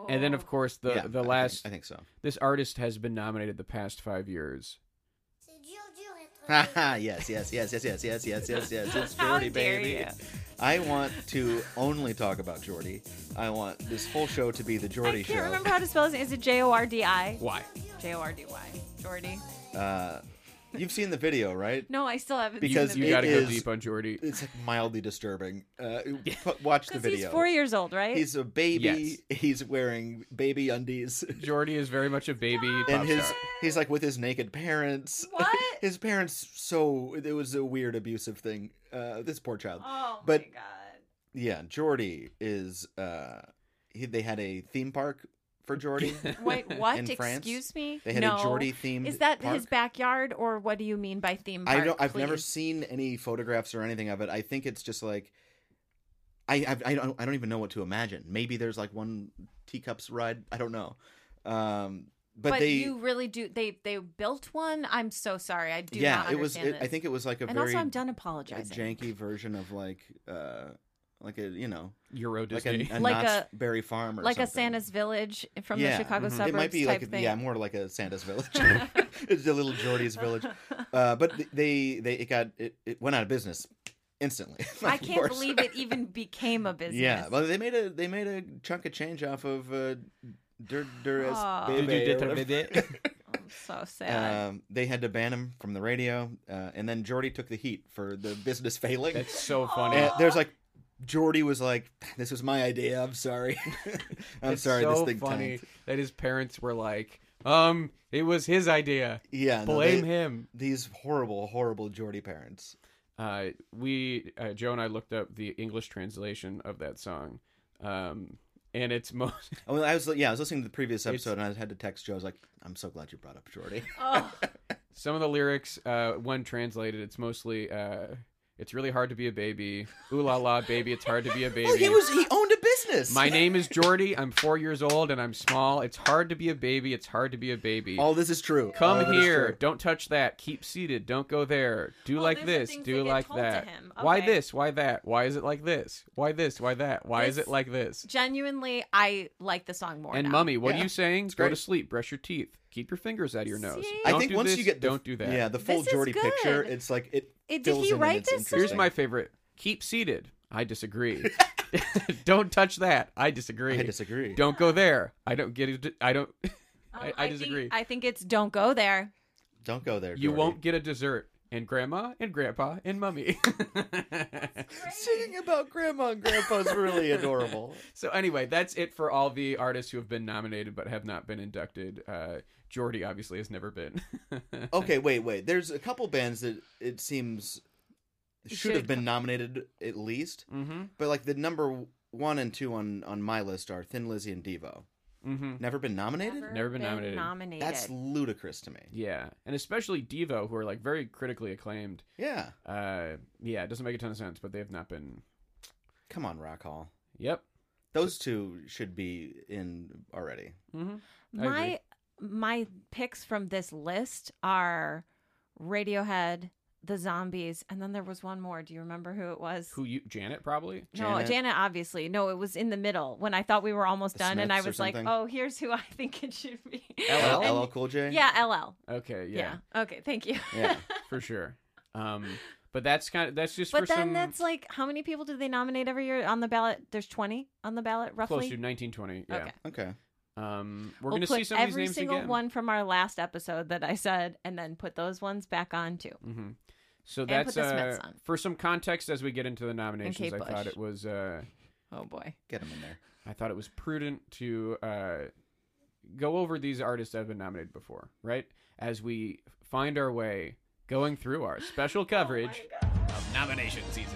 S1: And then, of course, the
S4: Yeah,
S1: the
S4: I
S1: last
S4: think- I think so.
S1: this artist has been nominated the past five years.
S4: Ha ha! Yes, yes, yes, yes, yes, yes, yes, yes, yes. It's
S2: How
S4: Jordy,
S2: dare
S4: baby.
S2: you.
S4: I want to only talk about Jordy. I want this whole show to be the
S2: I
S4: Jordy
S2: can't
S4: show.
S2: remember how to spell his name. Is it J O R D I?
S1: Why?
S2: J O R D Y. Jordy.
S4: Uh, You've seen the video, right?
S2: No, I still haven't.
S4: Because
S2: seen
S1: You
S4: It
S2: the
S1: got to go
S4: is-
S1: deep on Jordy.
S4: It's like mildly disturbing. Uh, pu- watch the
S2: because
S4: video.
S2: he's four years old, right?
S4: He's a baby.
S1: Yes.
S4: He's wearing baby undies.
S1: Jordy is very much a baby.
S4: and
S1: pop
S4: his
S1: star.
S4: he's like with his naked parents.
S2: What?
S4: his parents so it was a weird abusive thing. Uh, this poor child.
S2: oh
S4: but-
S2: my god!
S4: Yeah, Jordy is. Uh, he, they had a theme park for Jordy.
S2: Wait, what?
S4: In
S2: Excuse
S4: France,
S2: me.
S4: They had
S2: no.
S4: a Jordy themed.
S2: Is that
S4: park.
S2: his backyard, or what do you mean by theme park?
S4: I don't. I've never
S2: please?
S4: seen any photographs or anything of it. I think it's just like, I I've, I don't I don't even know what to imagine. Maybe there's like one teacups ride. I don't know. Um, but,
S2: But,
S4: they
S2: you really do. They they built one. I'm so sorry. I do.
S4: yeah,
S2: not
S4: it was.
S2: understand
S4: It, I
S2: this.
S4: think it was like a
S2: and
S4: very
S2: also, I'm done
S4: a
S2: apologizing.
S4: janky version of like uh like a you know
S1: Euro
S4: like
S1: Disney.
S4: a, a
S2: Like
S4: Knott's
S2: a-
S4: Berry Farm or
S2: like a
S4: something.
S2: Santa's Village from
S4: Yeah. mm-hmm.
S2: the Chicago
S1: Mhm. It
S2: suburbs
S4: it might be
S2: type
S4: like a,
S2: thing.
S4: yeah more like a santa's village it's a little jordy's village uh, but th- they they it got it, it went out of business instantly
S2: I
S4: of
S2: can't
S4: course.
S2: believe it even became a business.
S4: yeah well they made a they made a chunk of change off of uh Dur- Duras
S2: Aw.
S4: Bebe or whatever.
S2: I'm so sad.
S4: um, they had to ban him from the radio uh, and then jordy took the heat for the business failing
S1: That's so funny.
S4: And there's like Jordy was like, "This was my idea. I'm sorry. I'm
S1: It's
S4: sorry.
S1: so
S4: this thing
S1: funny
S4: tanked."
S1: that his parents were like, um, it was his idea.
S4: Yeah, no,
S1: Blame
S4: they-
S1: him.
S4: These horrible, horrible Jordy parents.
S1: Uh, we uh, Joe and I looked up the English translation of that song, um, and it's most
S4: I mean, I was yeah, I was listening to the previous episode and I had to text Joe. I was like, "I'm so glad you brought up Jordy."
S1: some of the lyrics uh, when translated, it's mostly uh, it's really hard to be a baby. Ooh la la, baby, it's hard to
S2: Oh,
S1: be a baby.
S4: well, he was he owned a business.
S1: My name is Jordy. I'm four years old and I'm small. It's hard to be a baby. It's hard to be a baby.
S4: All this is true. All
S1: Come
S4: of it is
S1: here.
S4: true.
S1: Don't touch that. Keep seated. Don't go there. Do
S2: Oh,
S1: like
S2: those are
S1: this.
S2: things
S1: Do
S2: that get
S1: like
S2: told to
S1: that.
S2: him.
S1: Why
S2: Okay.
S1: this? Why that? Why is it like this? Why this? Why that? Why is
S2: This-
S1: it like this?
S2: Genuinely, I like the song more.
S1: And
S2: now.
S1: mummy, what are
S4: Yeah.
S1: you saying? Go
S4: great.
S1: to sleep. Brush your teeth. Keep your fingers out of your nose.
S2: See?
S4: I
S1: Don't
S4: think
S1: do
S4: once
S1: this,
S4: you get the,
S1: don't do that.
S4: Yeah, the full
S2: This is
S4: Jordy picture.
S2: good.
S4: It's like it.
S2: It- did
S4: fills
S2: he
S4: in and
S2: write
S4: it's
S2: this song?
S1: Here's
S4: interesting.
S1: my favorite. Keep seated. I disagree. don't touch that. I disagree.
S4: I disagree.
S1: Don't go there. I don't get it. I don't.
S2: Um,
S1: I, I
S2: think-
S1: disagree.
S2: I think it's "Don't Go There."
S4: Don't go there.
S1: you
S4: Jordy.
S1: won't get a dessert. And grandma and grandpa and mummy.
S4: Singing about grandma and grandpa's really adorable.
S1: so anyway, that's it for all the artists who have been nominated but have not been inducted. Uh, Jordy obviously has never been.
S4: okay, wait, wait. There's a couple bands that it seems should have
S2: should
S4: been nominated at least,
S1: mm-hmm.
S4: but like the number one and two on on my list are Thin Lizzy and Devo.
S1: Mm-hmm.
S4: Never been nominated.
S1: Never been nominated.
S2: nominated.
S4: That's ludicrous to me.
S1: Yeah, and especially Devo, who are like very critically acclaimed.
S4: Yeah,
S1: Uh, yeah, it doesn't make a ton of sense, but they have not been.
S4: come on, Rock Hall.
S1: Yep.
S4: Those two should be in already.
S1: Mm-hmm. I
S2: my my picks from this list are Radiohead, The Zombies, and then there was one more. Do you remember who it was?
S1: Who you Janet probably?
S2: No,
S4: Janet?
S2: Janet, obviously. No, it was in the middle when I thought we were almost
S4: The
S2: done, and I
S4: Smiths or
S2: was like,
S4: something?
S2: "Oh, here's who I think it should be."
S1: LL?
S4: LL Cool J.
S2: yeah, LL.
S1: Okay, yeah,
S2: Yeah. Okay. Thank you.
S4: yeah.
S1: for sure. Um, but that's kind of that's just
S2: But
S1: for
S2: then
S1: some
S2: that's like how many people do they nominate every year on the ballot? There's 20 on the ballot roughly.
S1: close to 1920. Yeah.
S2: Okay.
S4: Okay.
S1: Um, we're
S2: We'll
S1: gonna
S2: put
S1: see some of these
S2: every
S1: names
S2: single
S1: again.
S2: one from our last episode that I said, and then put those ones back on too.
S1: hmm So
S2: And
S1: that's
S2: put the Smiths
S1: uh,
S2: on.
S1: for some context as we get into the nominations.
S2: Kate
S1: I thought
S2: Bush.
S1: it was uh,
S2: Oh boy.
S4: Get him in there.
S1: I thought it was prudent to uh, go over these artists that have been nominated before, right? As we find our way going through our special coverage of nomination season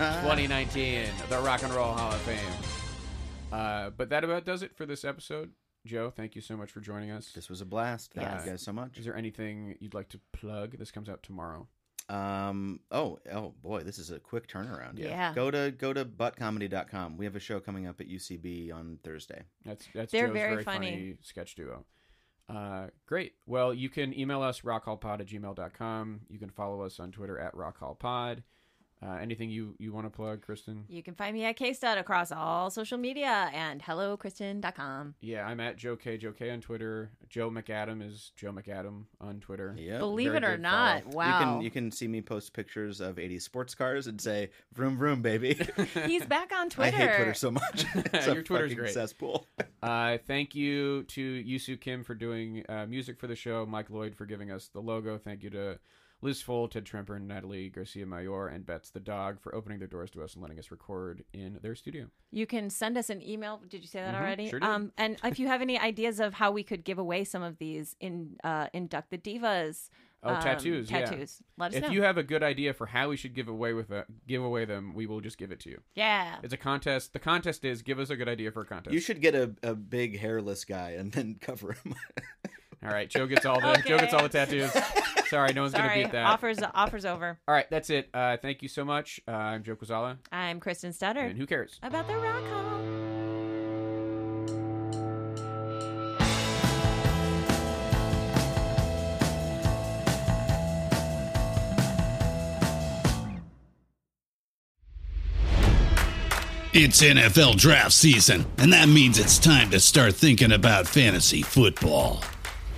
S1: 2019 of the Rock and Roll Hall of Fame. Uh, but that about does it for this episode. Joe, thank you so much for joining us.
S4: This was a blast. Thank
S1: Yes.
S4: you guys so much.
S1: Is there anything you'd like to plug? This comes out tomorrow.
S4: Um. Oh. Oh boy. This is a quick turnaround.
S1: Yeah.
S2: Yeah.
S4: Go to go to buttcomedy.com. We have a show coming up at UCB on Thursday.
S1: That's that's
S2: They're
S1: Joe's very,
S2: very
S1: funny.
S2: funny.
S1: sketch duo. Uh, great. Well, you can email us rockhallpod at gmail.com. You can follow us on Twitter at rockhallpod. Uh, anything you you want to plug, Kristen?
S2: You can find me at Kstud across all social media and hellokristen.com.
S1: Yeah, I'm at Joe K. Joe K on Twitter. Joe McAdam is Joe McAdam on Twitter.
S4: Yep.
S2: Believe
S1: very
S2: it or
S1: good
S2: not,
S1: follow.
S4: You
S2: wow.
S4: can you can see me post pictures of 80 sports cars and say vroom vroom baby.
S2: He's back on
S4: I
S2: Twitter.
S4: hate Twitter so much. It's a
S1: Your Twitter's
S4: fucking
S1: great.
S4: Cesspool.
S1: Uh, thank you to Yusu Kim for doing uh, music for the show, Mike Lloyd for giving us the logo. Thank you to Liz Full, Ted Tremper, Natalie Garcia Mayor, and Betts the Dog for opening their doors to us and letting us record in their studio.
S2: You can send us an email. Did you say that
S1: Mhm,
S2: already?
S1: sure did.
S2: um, and if you have any ideas of how we could give away some of these in uh, induct the divas,
S1: Oh,
S2: um,
S1: tattoos, yeah.
S2: tattoos. Let us
S1: if
S2: know.
S1: you have a good idea for how we should give away with a, give away them, we will just give it to you.
S2: yeah,
S1: It's a contest. The contest is give us a good idea for a contest.
S4: You should get a, a big hairless guy and then cover him.
S1: All right, Joe gets all the Joe gets all the tattoos. Sorry, no one's gonna
S2: sorry.
S1: beat that.
S2: Offers offers over.
S1: All right, that's it. Uh, thank you so much. Uh, I'm Joe Quazala,
S2: I'm Kristen Stutter
S1: and who cares?
S2: about the rock hall.
S5: It's NFL draft season, and that means it's time to start thinking about fantasy football.